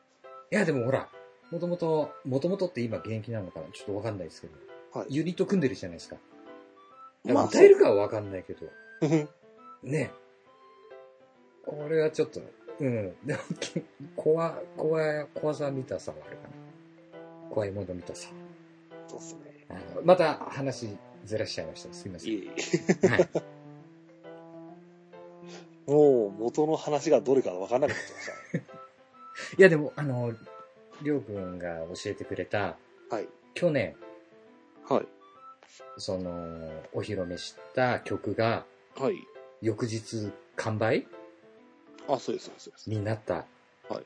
B: や、でもほら、もともと、もともとって今現役なのかなちょっとわかんないですけど。
A: はい
B: ユニット組んでるじゃないですか。だから
A: まあ
B: 歌えるかはわかんないけど。
A: そう
B: ね。これはちょっと、うん。でも、き怖、怖い、怖さ見たさはあるかな。怖いもの見たさ。
A: そうっすね。
B: あのまた話ずらしちゃいました。すいませ
A: いえ
B: ん。
A: いえ。
B: はい。
A: もう元の話がどれか分からなくなってましたね。
B: いや、でも、あの、りょうくんが教えてくれた、
A: はい。
B: 去年、
A: はい。
B: その、お披露目した曲が、
A: はい。
B: 翌日完売
A: あ、そうです、そうですそうです。
B: になった、
A: はい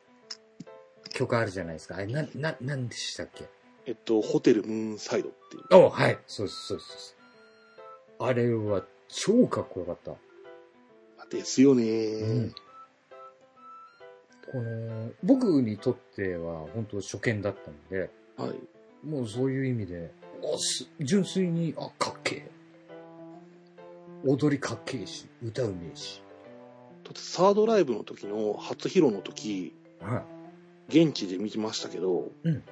B: 曲あるじゃないですか。あれ、な、な、なんでしたっけ
A: えっと、ホテルムーンサイドっていう。
B: おはい。そうです、そうです。そうですあれは超かっこよかった。
A: ですよね、
B: うんこの、僕にとっては本当初見だったので、
A: はい。
B: もうそういう意味で、おす純粋に、あ、かっけえ。踊りかっけえし、歌うめえし。
A: だってサードライブの時の初披露の時、
B: は
A: 現地で見ましたけど、
B: うん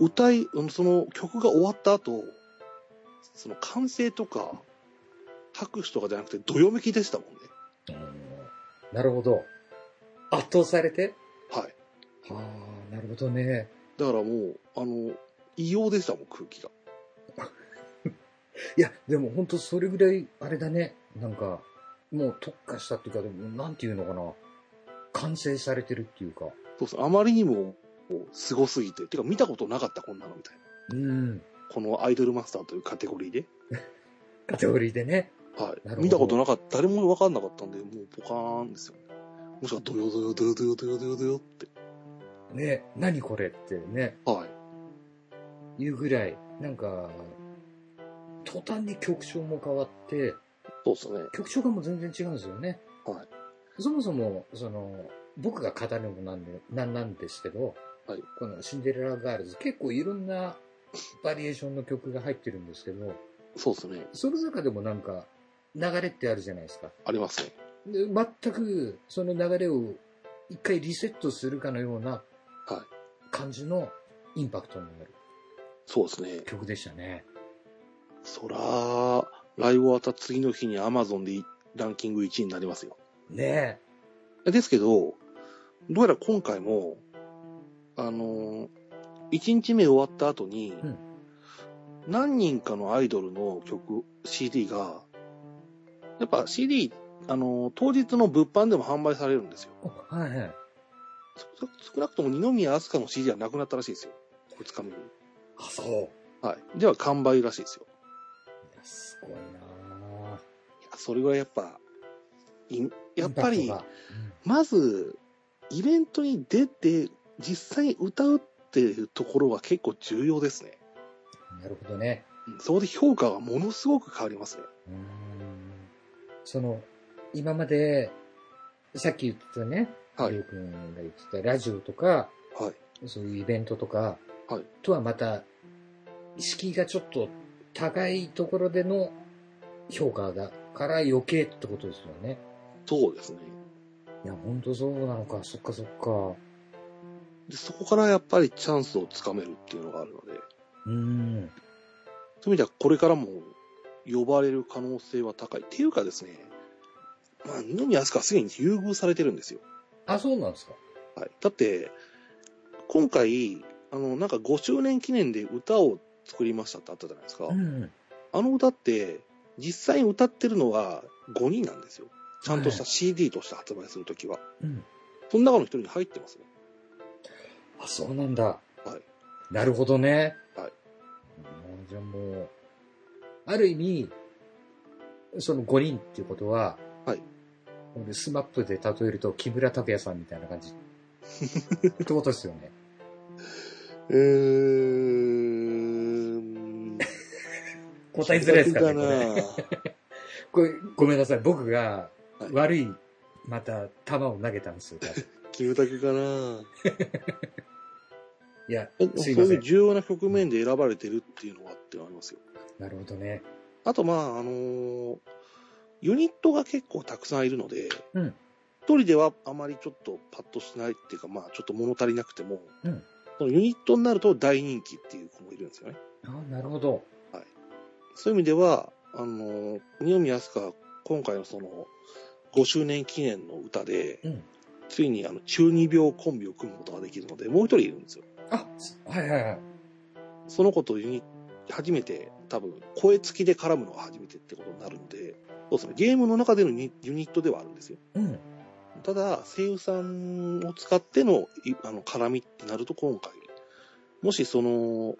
A: 歌い、うんその曲が終わった後、その歓声とか、拍手とかじゃなくて、どよめきでしたもんね。
B: い。なるほど。圧倒されて
A: はい。
B: はあ、なるほどね。
A: だからもう、あの、異様でしたもん、空気が。
B: いや、でも本当それぐらい、あれだね。なんか、もう特化したっていうか、でもなんていうのかな。完成されてるっていうか。
A: そうそう、あまりにも、もうすごすぎて、てか見たことなかった、こんなのみたいな。
B: うん。
A: このアイドルマスターというカテゴリーで。
B: カテゴリーでね。
A: は
B: なるほど
A: い。見たことなかった。誰も分かんなかったんで、もうポカーンですよね。もしくは、ドヨドヨドヨドヨドヨドヨドヨって。
B: ね、何これってね、
A: はい。
B: いうぐらい、なんか、途端に曲調も変わって、
A: そうですね。
B: 曲調がもう全然違うんですよね。
A: はい
B: そもそも、その、僕が語るのもなんで、なんなんですけど、
A: はい
B: このシンデレラガールズ、結構いろんなバリエーションの曲が入ってるんですけど、
A: そうですね。
B: その中でもなんか、流れってあるじゃないですか。
A: ありますね。
B: で全く、その流れを一回リセットするかのような
A: はい、
B: 感じのインパクトになる
A: そうですね。
B: 曲でしたね。
A: そらー、ライブ終わった次の日に Amazon でランキング1位になりますよ。
B: ね
A: ですけど、どうやら今回も、あのー、1日目終わった後に、
B: うん
A: 何人かのアイドルの曲、CD が、やっぱ CD、あのー、当日の物販でも販売されるんですよ。
B: え。あはいはい。
A: 少少なくとも二宮飛鳥の CD はなくなったらしいですよ。2日目に。
B: あ、そう。
A: はい。では完売らしいですよ。
B: すごいな
A: い
B: ぁ
A: や、それぐらいやっぱ、いやっぱ
B: イン
A: り
B: パ、ク
A: まず、イベントに出て、実際に歌うっていうところは結構重要ですね。
B: トがうんなるほどね。
A: うんそこで評価がものすごく変わりますね。
B: うーんその、今まで、さっき言ってたね、
A: はい
B: りょうくんが言ってたラジオとか、
A: はい。
B: そういうイベントとか、
A: はい
B: とはまた、敷居がちょっと高いところでの評価だから余計ってことですよね。
A: そうですね。
B: いや、ほんとそうなのか、そっかそっか。
A: で、そこからやっぱりチャンスをつかめるっていうのがあるので、
B: うーん。
A: そういう意味ではこれからも呼ばれる可能性は高い。っていうかですね、まあ、二宮飛鳥はすでに優遇されてるんですよ。
B: あ、そうなんですか。
A: はい。だって、今回、あの、なんか5周年記念で歌を作りましたってあったじゃないですか。
B: ん。
A: あの歌って、実際に歌ってるのは5人なんですよ。ちゃんとした
B: は
A: CD として発売するときは。
B: うん。
A: その中の一人に入ってますね。
B: あ、そうなんだ。
A: はい。
B: なるほどね。
A: はい
B: うん。じゃあもう、ある意味、その5人っていうことは、
A: はい。
B: 俺、スマップで例えると、木村拓哉さんみたいな 感じ。ってことですよね。
A: うーん。
B: 答えづらいですからね、こ
A: な
B: れ。これごめんなさい、僕が
A: はい
B: 悪い、また、球を投げたん ですよ。多分
A: キムタクかない
B: や、
A: えでも
B: す
A: そう
B: いま
A: い
B: せ。
A: うん重要な局面で選ばれてるっていうのはっていうのはありますよ。
B: なるほどね。
A: あと、まあ、あのーユニットが結構たくさんいるので、
B: うん
A: 一人ではあまりちょっとパッとしないっていうか、まあ、ちょっと物足りなくても、
B: うん
A: そのユニットになると大人気っていう子もいるんですよね。
B: あなるほど。
A: そういう意味では、あの、二宮飛鳥は今回のその、5周年記念の歌で、
B: うん
A: ついにあの、中二病コンビを組むことができるので、もう一人いるんですよ。
B: あ、はいはいはい。
A: その子とユニ初めて、多分、声付きで絡むのが初めてってことになるので、そうですね、ゲームの中でのユニユニットではあるんですよ。
B: うん。
A: ただ、声優さんを使っての、いあの、絡みってなると今回、もしその、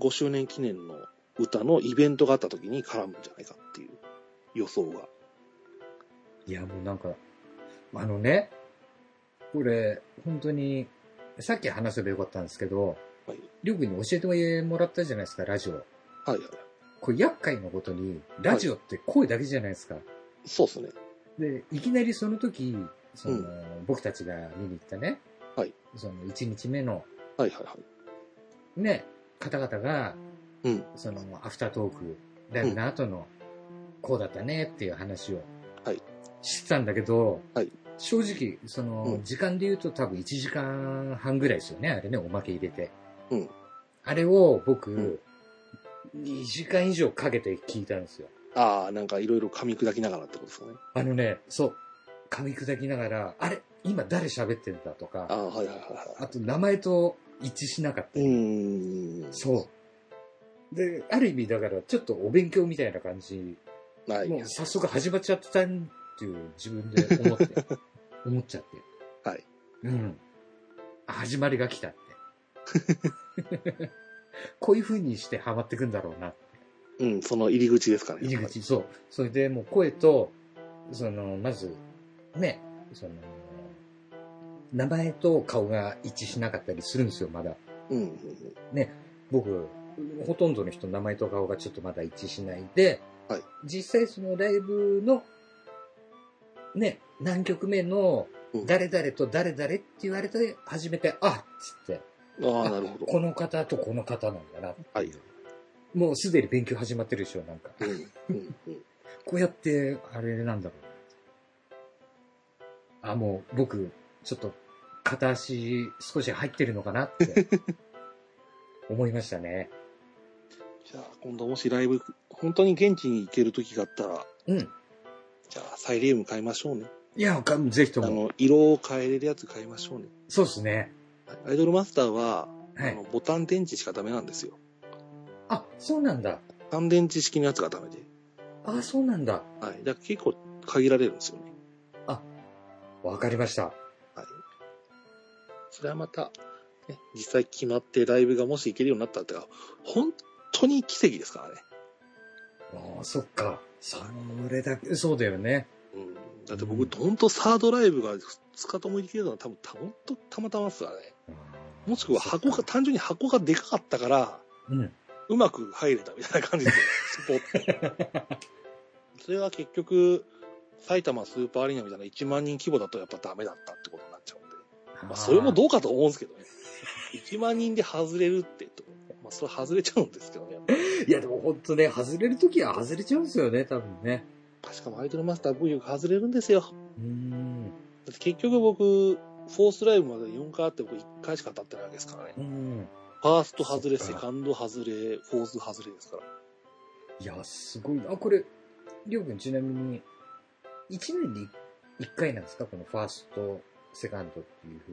A: 5周年記念の歌のイベントがあった時に絡むんじゃないかっていう予想が。
B: いや、もうなんか、あのね、これ、本当に、さっき話せばよかったんですけど、
A: はい。
B: りょうくんに教えてもらったじゃないですか、ラジオ。
A: はいはい。
B: これ厄介なことに、ラジオって声だけじゃないですか。
A: そうですね。
B: で、いきなりその時、その、
A: う
B: 僕たちが見に行ったね、
A: はい
B: その1日目の
A: はいはいはい。
B: ね、方々が、
A: うん
B: そのアフタートーク、ライブの後の、こうだったねっていう話を、
A: はい
B: してたんだけど、
A: はい
B: 正直、その、
A: うん
B: 時間で言うと多分1時間半ぐらいですよね、あれね、おまけ入れて。
A: うん
B: あれを僕、
A: ん
B: 2時間以上かけて聞いたんですよ。
A: ああ、なんかいろいろ噛み砕きながらってことですかね。
B: あのね、そう、噛み砕きながら、あれ今誰喋ってんだとか、
A: ああ、はいはい
B: あ
A: は
B: と名前と一致しなかった
A: い。。うーん。
B: そう。で、ある意味だから、ちょっとお勉強みたいな感じ、
A: はい。
B: もう早速始まっちゃってたんっていう自分で思って、 思っちゃって。
A: はい。
B: うん。あ始まりが来たって。 こういう風にしてハマってくんだろうな。
A: うん、その入り口ですかね。
B: 入り口、そう。それでもう声と、その、まず、ね、その、名前と顔が一致しなかったりするんですよ、まだ。
A: うん。うんうん
B: 僕、ほとんどの人の名前と顔がちょっとまだ一致しないで、
A: はい
B: 実際そのライブの、ね、何曲目の
A: うん、
B: 誰々と誰々って言われて初めて、あっつって、
A: ああ、なるほど。
B: この方とこの方なんだな。
A: はい。
B: もうすでに勉強始まってるでしょ、なんか。
A: うん。うん。うん
B: こうやって、あれなんだろうな。あ、もう僕、ちょっと、片足少し入ってるのかなって、思いましたね。
A: じゃあ、今度もしライブ、本当に現地に行ける時があったら、
B: うん。
A: じゃあ、サイリウム買いましょうね。
B: いや、かぜひと
A: あ
B: も。
A: の、色を変えれるやつ買いましょうね。
B: そうですね。
A: アイドルマスターは、
B: は
A: あ
B: い
A: の。ボタン電池しかダメなんですよ。
B: あ、そうなんだ。
A: 単電池式のやつがダメで。
B: あ、そうなんだ。
A: はい。だから結構限られるんですよね。
B: わかりました。
A: はい。それはまた、ね、実際決まってライブがもし行けるようになったってか、本当に奇跡ですからね。
B: ああ、そっか。それだけ、そうだよね。
A: うん。だって僕、
B: うん
A: ほんとサードライブが2日とも行けるのは多分、たほんとたまたまですからね。もしくは箱が、単純に箱がでかかったから、
B: うん。
A: うまく入れたみたいな感じで、スポッ と。それは結局、埼玉スーパーアリーナみたいな1万人規模だとやっぱダメだったってことになっちゃうんで。まあ、それもどうかと思うんですけどね。1万人で外れるってと。まあ、それ外れちゃうんですけどね。
B: いや、でも本当ね、外れるときは外れちゃうんですよね、多分ね。
A: しかもアイドルマスター V よく外れるんですよ。だ
B: うーん。
A: って結局僕、フォースライブまで4回あって僕1回しか当たってないわけですからね
B: う。ん。
A: ファースト外れ、
B: そっ
A: セ
B: か
A: カンド外れ、フォース外れですから。
B: いや、すごいな。あ、これ、りょうくんちなみに、1年に1回なんですかこのファースト、セカンドっていうふう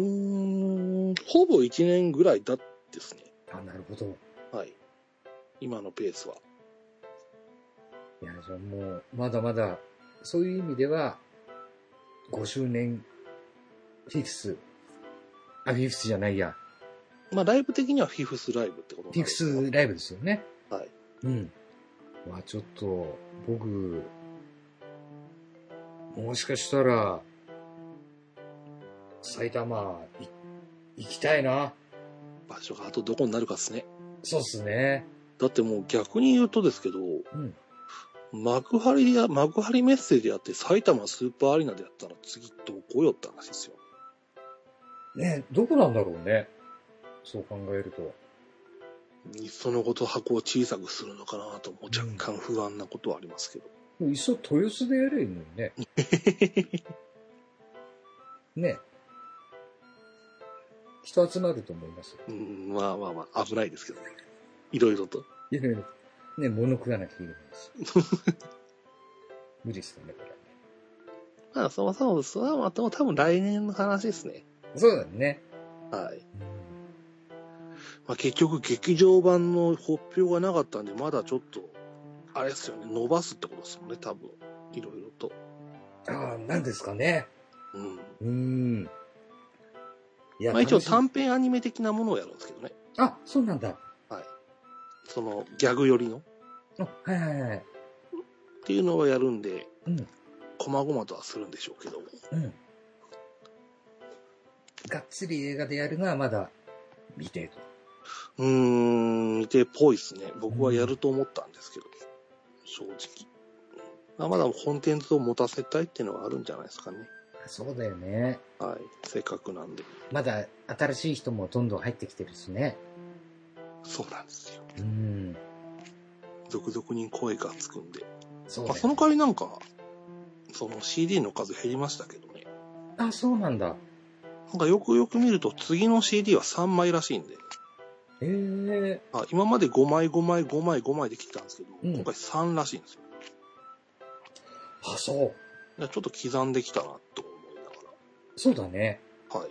B: に。
A: うーん、ほぼ1年ぐらいだですね。
B: あ、なるほど。
A: はい。今のペースは。
B: いや、じゃあもう、まだまだ、そういう意味では、5周年、フィフス。あ、フィフスじゃないや。
A: まあ、ライブ的にはフィフスライブってことなん
B: フィ
A: で
B: フ
A: すけど
B: スライブですよね。
A: はい。
B: うん。まあちょっと、僕、もしかしたら、埼玉、い行きたいな。
A: 場所があとどこになるかですね。
B: そうっすね。
A: だってもう逆に言うとですけど、
B: うん。
A: 幕張や、幕張メッセでやって埼玉スーパーアリーナでやったら次どこよって話ですよ。
B: ねどこなんだろうね。そう考えると。
A: いっそのこと箱を小さくするのかなとも若干不安なことはありますけど。
B: もういっそ豊洲でやればいいのに ね。ね人集まると思いますよ。
A: うん、まあまあまあ、危ないですけどね。いろいろと。
B: いろいろ。ね、物食わなきゃいけないし。無理ですよね、これは
A: まあ、そもそも、それはまた多分来年の話ですね。
B: ね。そうだね。
A: はい。まあ、結局劇場版の発表がなかったんで、まだちょっと、あれですよね、伸ばすってことですもんね、多分。いろいろと。
B: ああ、なんですかね。
A: うん。
B: うーん。いや
A: まあ一応
B: 楽しみ
A: 短編アニメ的なものをやるんですけどね。
B: あ、そうなんだ。
A: そのギャグ寄りの。
B: あはいはいはい。
A: っていうのをやるんで、
B: うん
A: こまごまとはするんでしょうけども。
B: うん。がっつり映画でやるのはまだ未定と。
A: うーん、手っぽいですね。僕はやると思ったんですけど、正直。まあまだコンテンツを持たせたいっていうのはあるんじゃないですかね。
B: そうだよね。
A: はい。せっかくなんで。
B: まだ新しい人もどんどん入ってきてるしね。
A: そうなんですよ。
B: うん。
A: 続々に声がつくんで。
B: そう
A: まあ、
B: だ
A: そ
B: よ
A: の
B: ね。
A: 代わりなんか、その CD の数減りましたけどね。
B: あ、そうなんだ。
A: なんかよくよく見ると次の CD は3枚らしいんで。
B: ええ
A: あ今まで5枚5枚5枚5枚で来てたんですけど、
B: うん
A: 今回3らしいんですよ。
B: あ、そう。
A: いやちょっと刻んできたなと思いな
B: そうだね。
A: がら。はい。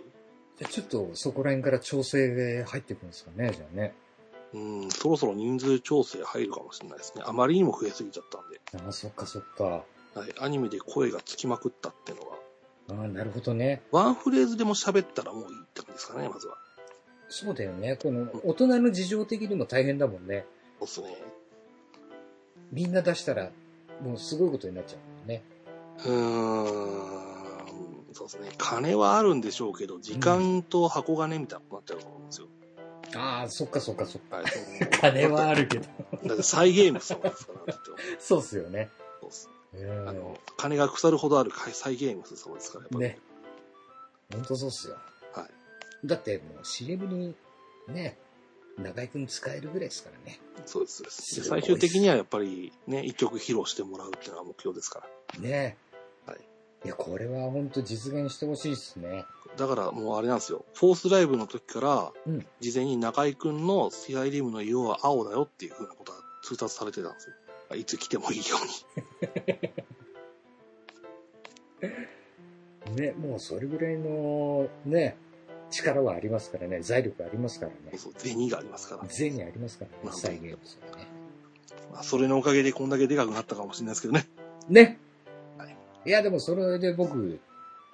B: じゃあちょっとそこら辺から調整で入っていくんですかね、じゃあね。
A: うん、そろそろ人数調整入るかもしれないですね。あまりにも増えすぎちゃったんで。
B: あ、そっかそっか。
A: はい。アニメで声がつきまくったってのは、
B: あなるほどね。
A: ワンフレーズでも喋ったらもういいって感じですかね、まずは。
B: そうだよね。この、大人の事情的にも大変だもんね。
A: そうっすね。
B: みんな出したら、もうすごいことになっちゃうもんね。
A: うーん、そうですね。金はあるんでしょうけど、時間と箱金みたいなことになっちゃうと思うんですよ。
B: ああ、そっかそっかそっか。
A: はい。
B: 金はあるけど。
A: だって再ゲームそうですから、だって
B: そうっすよね。
A: そうっす
B: うん
A: あの、金が腐るほどある再ゲームそうですから、やっぱり。
B: ね。ほんとそうっすよ。。
A: はい
B: だってもう CM に、ね、中井くん使えるぐらいですからね。
A: そうです、そうです。です
B: ご
A: 最
B: いっす
A: 終的にはやっぱりね、一曲披露してもらうっていうのが目標ですから。
B: ね。
A: はい。
B: いや、これはほんと実現してほしいっすね。
A: だからもうあれなんですよ。フォースライブの時から
B: うん、
A: 事前に中井くんのスカイリムの色は青だよっていう風なことが通達されてたんですよ。いつ来てもいいように。
B: ね、もうそれぐらいの、ね、力はありますからね。財力ありますからね。
A: そうそう、銭がありますから。
B: 銭ありますから
A: ま
B: ね。
A: あ
B: 再現ですからね。
A: まあそれのおかげでこんだけでかくなったかもしれないですけどね。
B: ね
A: はい
B: や、でもそれで僕、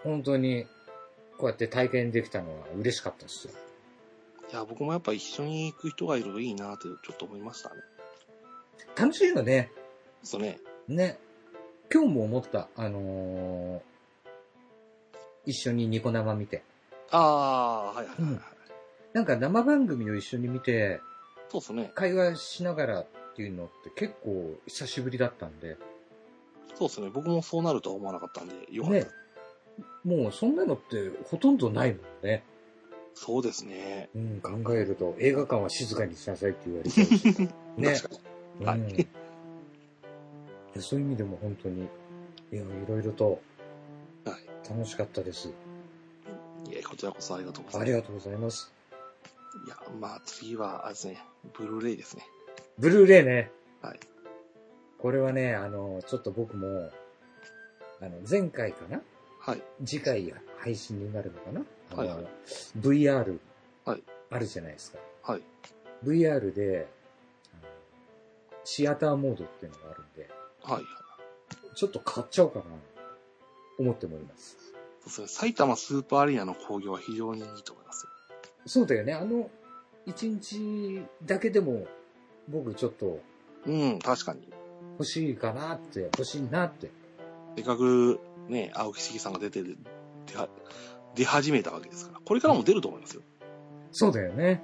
B: 本当に、こうやって体験できたのは嬉しかったですよ。
A: いや、僕もやっぱ一緒に行く人がいるといいなってちょっと思いましたね。
B: 楽しいよね。
A: そうね。
B: ね。今日も思った。あのー一緒にニコ生見て。
A: ああ、はいはいはいはい。
B: なんか生番組を一緒に見て、
A: そうですね。
B: 会話しながらっていうのって結構久しぶりだったんで、
A: そうですね。僕もそうなるとは思わなかったんで、よかった。
B: ね。もうそんなのってほとんどないもんね。
A: そうですね。
B: うん、考えると映画館は静かにしなさいって言われちゃう し。ね。
A: 確かに。はい
B: うんいやそういう意味でも本当に、いや、いろいろと
A: は
B: 楽しかったです。
A: い。いや、こちらこそありがとうござい
B: あ
A: ま
B: り
A: す。
B: がとうございます。
A: いや、まあ次は、あれですね、ブルーレイですね。
B: ブルーレイね。
A: はい。
B: これはね、あの、ちょっと僕も、あの、前回かな
A: はい。
B: 次回配信になるのかなあの、
A: はいはい
B: VR、
A: はい
B: あるじゃないですか。
A: はい。
B: VR で、あのシアターモードっていうのがあるんで、
A: はい。
B: ちょっと買っちゃおうかな、思ってもいます。
A: そうですね。埼玉スーパーアリーナの興行は非常にいいと思いますよ。
B: そうだよね。あの、一日だけでも、僕ちょっと
A: うん、確かに。
B: 欲しいかなって、欲しいなって。
A: せっかく、ね、青木茂さんが出てる、出は、出始めたわけですから。これからも出ると思いますよ。
B: そうだよね。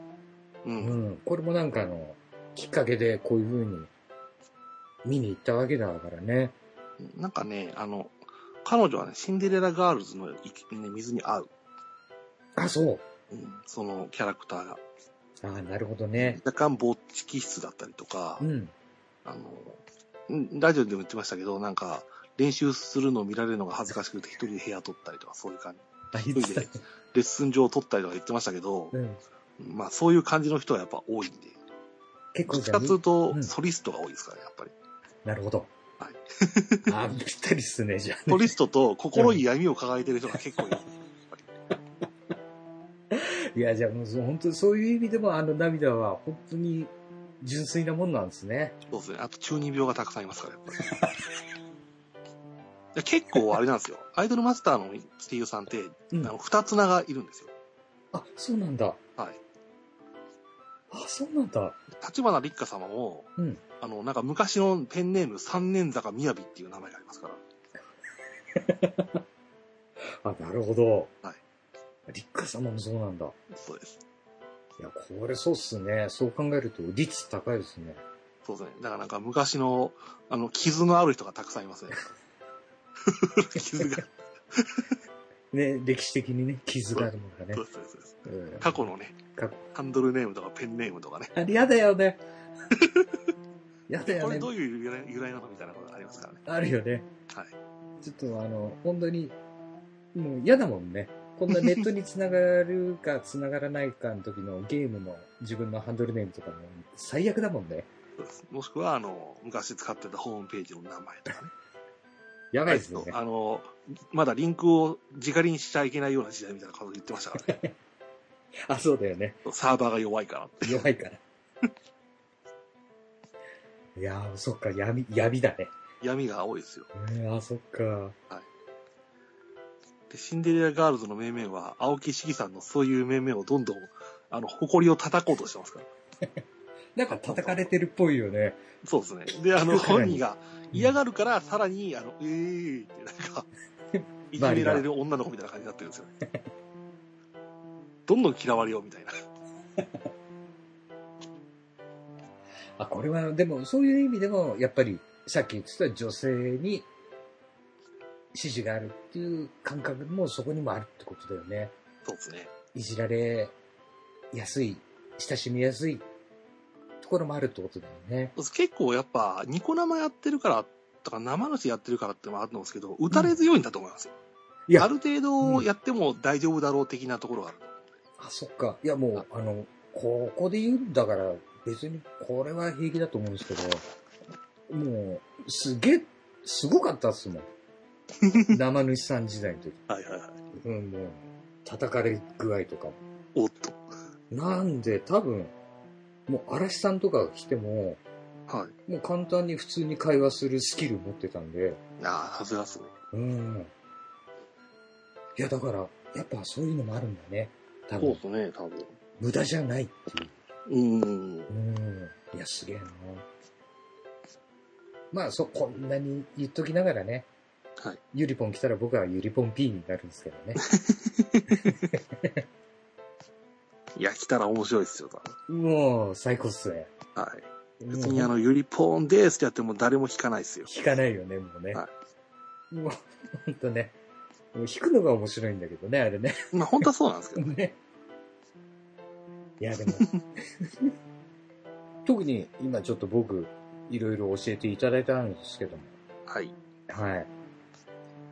A: う。
B: うんん。これもなんかあの、きっかけでこういう風に見に行ったわけだからね。
A: なんかね、あの、彼女はね、シンデレラガールズの、いね、水に合う、
B: あ、そう。
A: うん、そのキャラクターが。
B: あなるほどね。
A: 若干ぼっち気質だったりとか、
B: うん。
A: あの、うんラジオでも言ってましたけど、なんか、練習するのを見られるのが恥ずかしくて、一人で部屋取ったりとか、そういう感じ。
B: あ、い
A: 一人でレッスン場を取ったりとか言ってましたけど、
B: うん。
A: まあ、そういう感じの人はやっぱ多いんで、
B: 結
A: ど
B: 構
A: っち
B: じゃ
A: か
B: あ
A: というと
B: う、ん
A: ソリストが多いですからね、やっぱり。
B: なるほど。
A: はい
B: あ、ぴったりっすね、じゃあ、
A: ソリストと心に闇を抱えてる人が結構いる。
B: いや、じゃあもうそう本当にそういう意味でもあの涙は本当に純粋なもんなんですね。
A: そうですね。あと中二病がたくさんいますから、やっぱり。いや結構あれなんですよ。アイドルマスターの声優さんって、
B: うん
A: あの、二つ名がいるんですよ。
B: あ、そうなんだ。
A: はい。
B: あ、そうなんだ。
A: 立花立花様も、
B: うん
A: あの、なんか昔のペンネーム三年坂みやびっていう名前がありますから。
B: あ、なるほど。。
A: はい
B: 立花様もそうなんだ。
A: そうです。
B: いや、これそうっすね。そう考えると、率高いですね。
A: そうですね。だからなんか昔の、あの、傷のある人がたくさんい ますね。傷が。
B: ね、歴史的にね、傷があるものがね
A: そう。ですそうですそうです
B: うん
A: 過去のね、
B: 過去
A: ハンドルネームとかペンネームとかね。
B: あれ、やだ よね。やだ
A: こ
B: よ
A: れ
B: ね
A: ど。ういう由来由来なのみたいなことがありますからね。
B: あるよね。
A: はい。
B: ちょっとあの、本当に、もう嫌だもんね。こんなネットに繋がるか繋がらないかの時のゲームの自分のハンドルネームとかも最悪だもんね。
A: そうですもしくは、あの、昔使ってたホームページの名前とかね。
B: やばいですね。
A: あの、まだリンクを直輪にしちゃいけないような時代みたいなこと言ってました からね。
B: あ、そうだよね。
A: サーバーが弱いからって。
B: 弱いから。いやー、そっか、闇、闇だね。
A: 闇が青いですよ。
B: えー、あ、そっか。
A: で、シンデレラガールズの面々は、青木四季さんのそういう面々をどんどん、あの、誇りを叩こうとしてますから。
B: なんか叩かれてるっぽいよね。
A: そうです ね。で、あの、
B: 聞くから
A: 本
B: に
A: 人が嫌がるから、さらに、あの、えーって、なん か、いじ
B: が
A: められる女の子みたいな感じになってるんですよね。どんどん嫌われようみたいな。
B: あ、これは、でも、そういう意味でも、やっぱり、さっき言ってた女性に支持があるっていう感覚もそこにもあるってことだよね。
A: そうですね。
B: いじられやすい、親しみやすいところもあるってことだよね。
A: 結構やっぱ、ニコ生やってるから、とか生主やってるからってのもあるんですけど、打たれ強いんだと思いますよ。
B: いや
A: ある程度やっても大丈夫だろう的なところがある。
B: あ、そっか。いや、もう、あの、ここで言うんだから、別にこれは平気だと思うんですけど、もう、すげえ、すごかったっす もん。生主さん時代の時。
A: はいはいはい。
B: うん、もう、叩かれ具合とかも。
A: おっと。
B: なんで、多分、もう、嵐さんとかが来ても、
A: はい。
B: もう簡単に普通に会話するスキル持ってたんで、
A: ああ、外れっすね。
B: うん。いや、だから、やっぱそういうのもあるんだね。
A: そ
B: 多
A: う
B: 分
A: で、すね、多分。
B: 無駄じゃないっていう
A: ーん。
B: う。うん。いや、すげえな。まあ、そう、こんなに言っときながらね、
A: はい。
B: ゆりぽん来たら僕はゆりぽん P になるんですけど ね。
A: いや、来たら面白いっすよ、多分。
B: もう、最高っすね。
A: はい。
B: 別
A: 別にあの、ゆりぽんですってやっても誰も弾かないっすよ。
B: 弾かないよね、もうね。
A: は
B: もう、ほんとね。もう弾くのが面白いんだけどね、あれね。
A: まあ、本当はそうなん ですけど。
B: ねいや、でも。特に今ちょっと僕、いろいろ教えていただいたんですけども。
A: はい。
B: はい。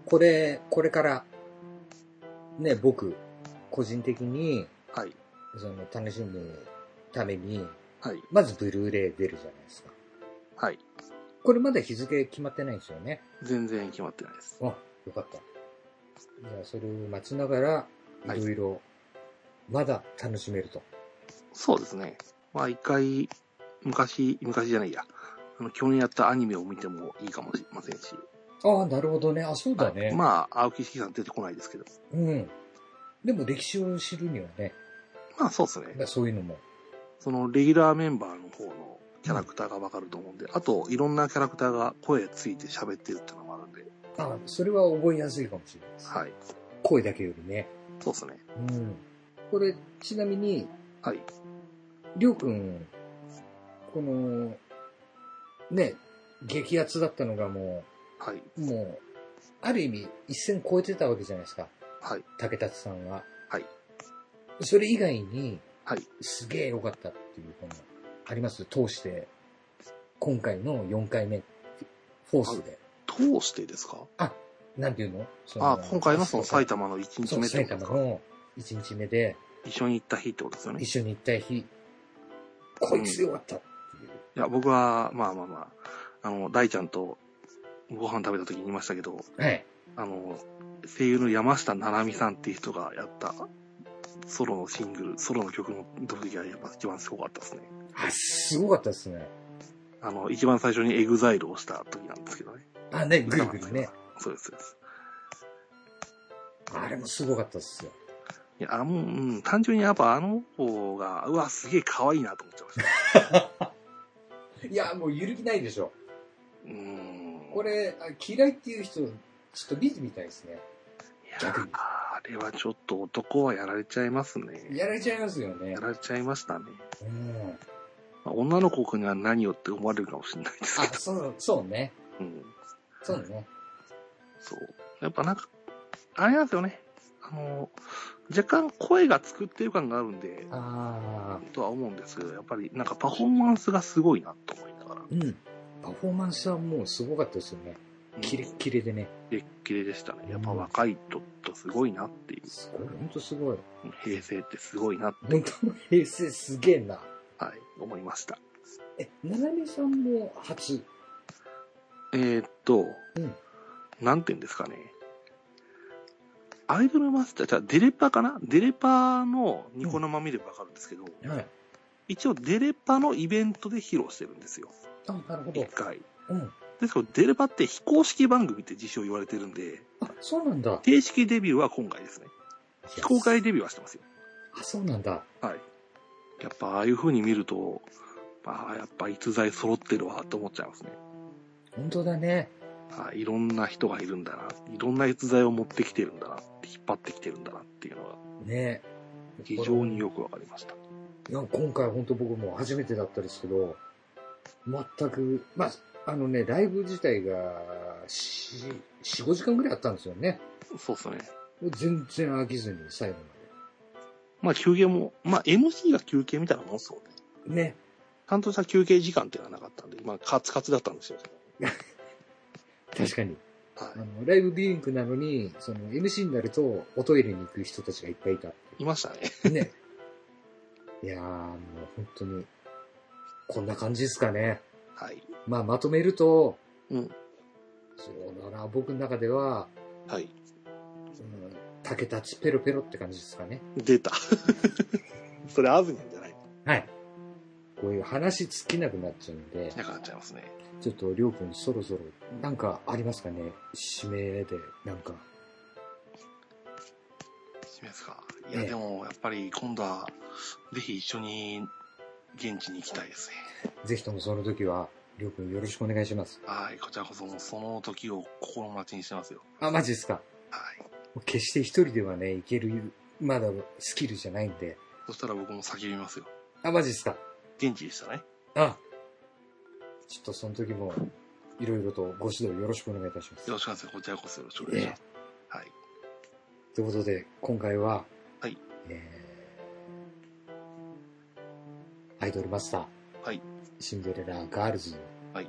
B: これ、これから、ね、僕、個人的に、
A: はい。
B: その、楽しむために、
A: はい。
B: まずブルーレイ出るじゃないですか。
A: はい。
B: これまだ日付決まってないんですよね。
A: 全然決まってないです。
B: あ、よかった。じゃあ、それを待ちながら、
A: はい
B: いろいろ、まだ楽しめると。
A: そうですね。まあ、一回、昔、昔じゃないや。あの、去年やったアニメを見てもいいかもしれませんし。
B: ああ、なるほどね。あ、そうだね。
A: まあ、青木式さん出てこないですけど。
B: うん。でも歴史を知るにはね、
A: まあ、そうです
B: ま
A: ね。
B: あそういうのも。
A: その、レギュラーメンバーの方のキャラクターがわかると思うんで、あと、いろんなキャラクターが声ついて喋ってるってのもあるんで、
B: ああそれは覚えやすいかもしれないです。
A: はい。
B: 声だけよりね。
A: そうですね。
B: うん。これ、ちなみに、
A: はい。
B: りょうくん、この、ね、激アツだったのがも
A: はい。
B: う、もう、ある意味、一線超えてたわけじゃないですか。
A: はい。
B: 竹達さんは。
A: はい。
B: それ以外に、
A: はい。
B: すげえ良かったっていう、この、あります通して、今回の4回目、フォースで。
A: どうしてですか
B: なんていうのそ
A: あ、今回のその埼
B: 玉
A: 玉の1日
B: そう
A: 目って
B: 埼
A: ことです
B: 玉
A: か
B: の1日目で、
A: 一緒に行った日ってことですよね
B: 一。緒に行った日、こいつ良かったっていう。
A: いや、僕は、まあまあまあ、あの、大ちゃんとご飯食べた時に言いましたけど、
B: はい。
A: あの、声優の山下七海さんっていう人がやったソロのシングル、ソロの曲の時がやっぱ一番すごかったですね。
B: あ、すごかったですね。
A: あの、一番最初にエグザイルをした時なんですけどね。
B: あ、ね、ぐるぐるね。
A: そうです、そうです。
B: あれもすごかったっすよ。
A: いや、あもう、うん、単純にやっぱあの子が、うわ、すげえ可愛いなと思っちゃいました。
B: いや、もう揺るぎないでしょ。
A: うーん。
B: これ、あ嫌いっていう人、ちょっと見てみたいですね。
A: いや
B: 逆に。
A: あれはちょっと男はやられちゃいますね。
B: やられちゃいますよね
A: や。られちゃいましたね。
B: うん。
A: まあ、女の子には何をって思われるかもしれないです
B: あ
A: け、ど。
B: そう、そうね。
A: うん。
B: そうね。
A: そう。やっぱなんか、あれなんですよね。あの、若干声が作ってる感があるんで、
B: ああ、
A: とは思うんですけど、やっぱりなんかパフォーマンスがすごいなと思いながら。
B: うん。パフォーマンスはもうすごかったですよね。キレッキレでね。
A: キレッキレでしたね。やっぱ若い人ってすごいなっていう。
B: すごい、ほんとすごい。
A: 平成ってすごいなって、
B: 本当の平成すげえな。
A: はい、思いました。
B: え、ななみさんも初。
A: えー、っと、
B: うん
A: なんて言うんですかね。アイドルマスター、じゃあデレパかなデレパのニコ生見ればわかるんですけど、
B: はい。
A: 一応デレパのイベントで披露してるんですよ。
B: あ、なるほ
A: 一
B: ど。
A: 回。
B: うん。
A: ですけど、デレパって非公式番組って自称言われてるんで、
B: あ、そうなんだ。
A: 正式デビューは今回ですね。非公開デビューはしてますよ。
B: あ、そうなんだ。
A: はい。やっぱああいう風に見ると、ああ、やっぱ逸材揃ってるわと思っちゃいますね。
B: 本当だね。
A: はい、いろんな人がいるんだな。いろんな逸材を持ってきてるんだな。引っ張ってきてるんだなっていうのが
B: ね
A: 非常によくわかりました。
B: いや、今回本当僕も初めてだったですけど、全く、まあ、あのね、ライブ自体が、し、4、5時間ぐらいあったんですよね。
A: そうですね。
B: 全然飽きずに最後
A: まあ休憩も、まあ MC が休憩みたいなもんですもんね。
B: まで。ね。
A: ちゃんとした休憩時間っていうのはなかったんで、まあカツカツだったんですよ。
B: 確かに。
A: は
B: あの、ライブビューイングなのに、その MC になると、おトイレに行く人たちがいっぱいいたっていう
A: い。いましたね。
B: ね。いやー、もう本当に、こんな感じですかね。
A: はい。
B: まあ、まとめると、
A: うん。
B: そうだな、僕の中では、
A: はい。
B: うん、竹立ちペロペロって感じですかね。
A: 出た。 それアズニャンじゃない
B: はい。こういう話尽きなくなっちゃうんで、
A: なくなっちゃいますね。
B: ちょっとりょうくんそろそろ、なんかありますかね締めで、なんか。
A: しですか。いや、
B: ええ
A: でもやっぱり今度は、ぜひ一緒に現地に行きたいですね。
B: ぜひともその時は、りょうくんよろしくお願いします。
A: はい。こちらこそもうその時を心待ちにしてますよ。
B: あ、マジですか。
A: はい。
B: 決して一人ではね、いける、まだスキルじゃないんで。
A: そしたら僕も叫びますよ。
B: あ、マジですか。
A: 現地でしたね。
B: あちょっとその時も、いろいろとご指導よろしくお願いいたします
A: よ。ろしくお願いします。こちらこそよろしくお願いします。はい。
B: ということで、今回は、
A: はい
B: えーアイドルマスター、
A: はい
B: シンデレラガールズ、
A: はい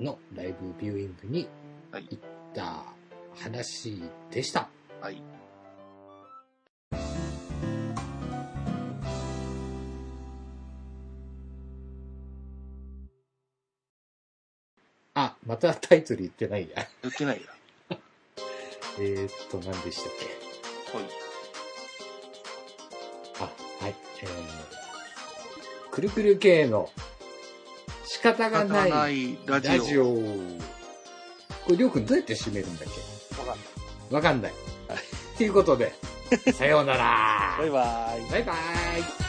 B: のライブビューイングに
A: はい
B: 行った話でした。
A: はい。
B: あ、またタイトル言ってないや。
A: 言ってないや。
B: えー、っと、何でしたっけ
A: はい。
B: あ、はい。えー、くるくる系の仕方がない
A: ないラジオ。
B: ラジオ。これ、りょうくんどうやって締めるんだっ
A: わかんない
B: け わかんない。ということで、さようなら。
A: バイバーイ。
B: バイバイ。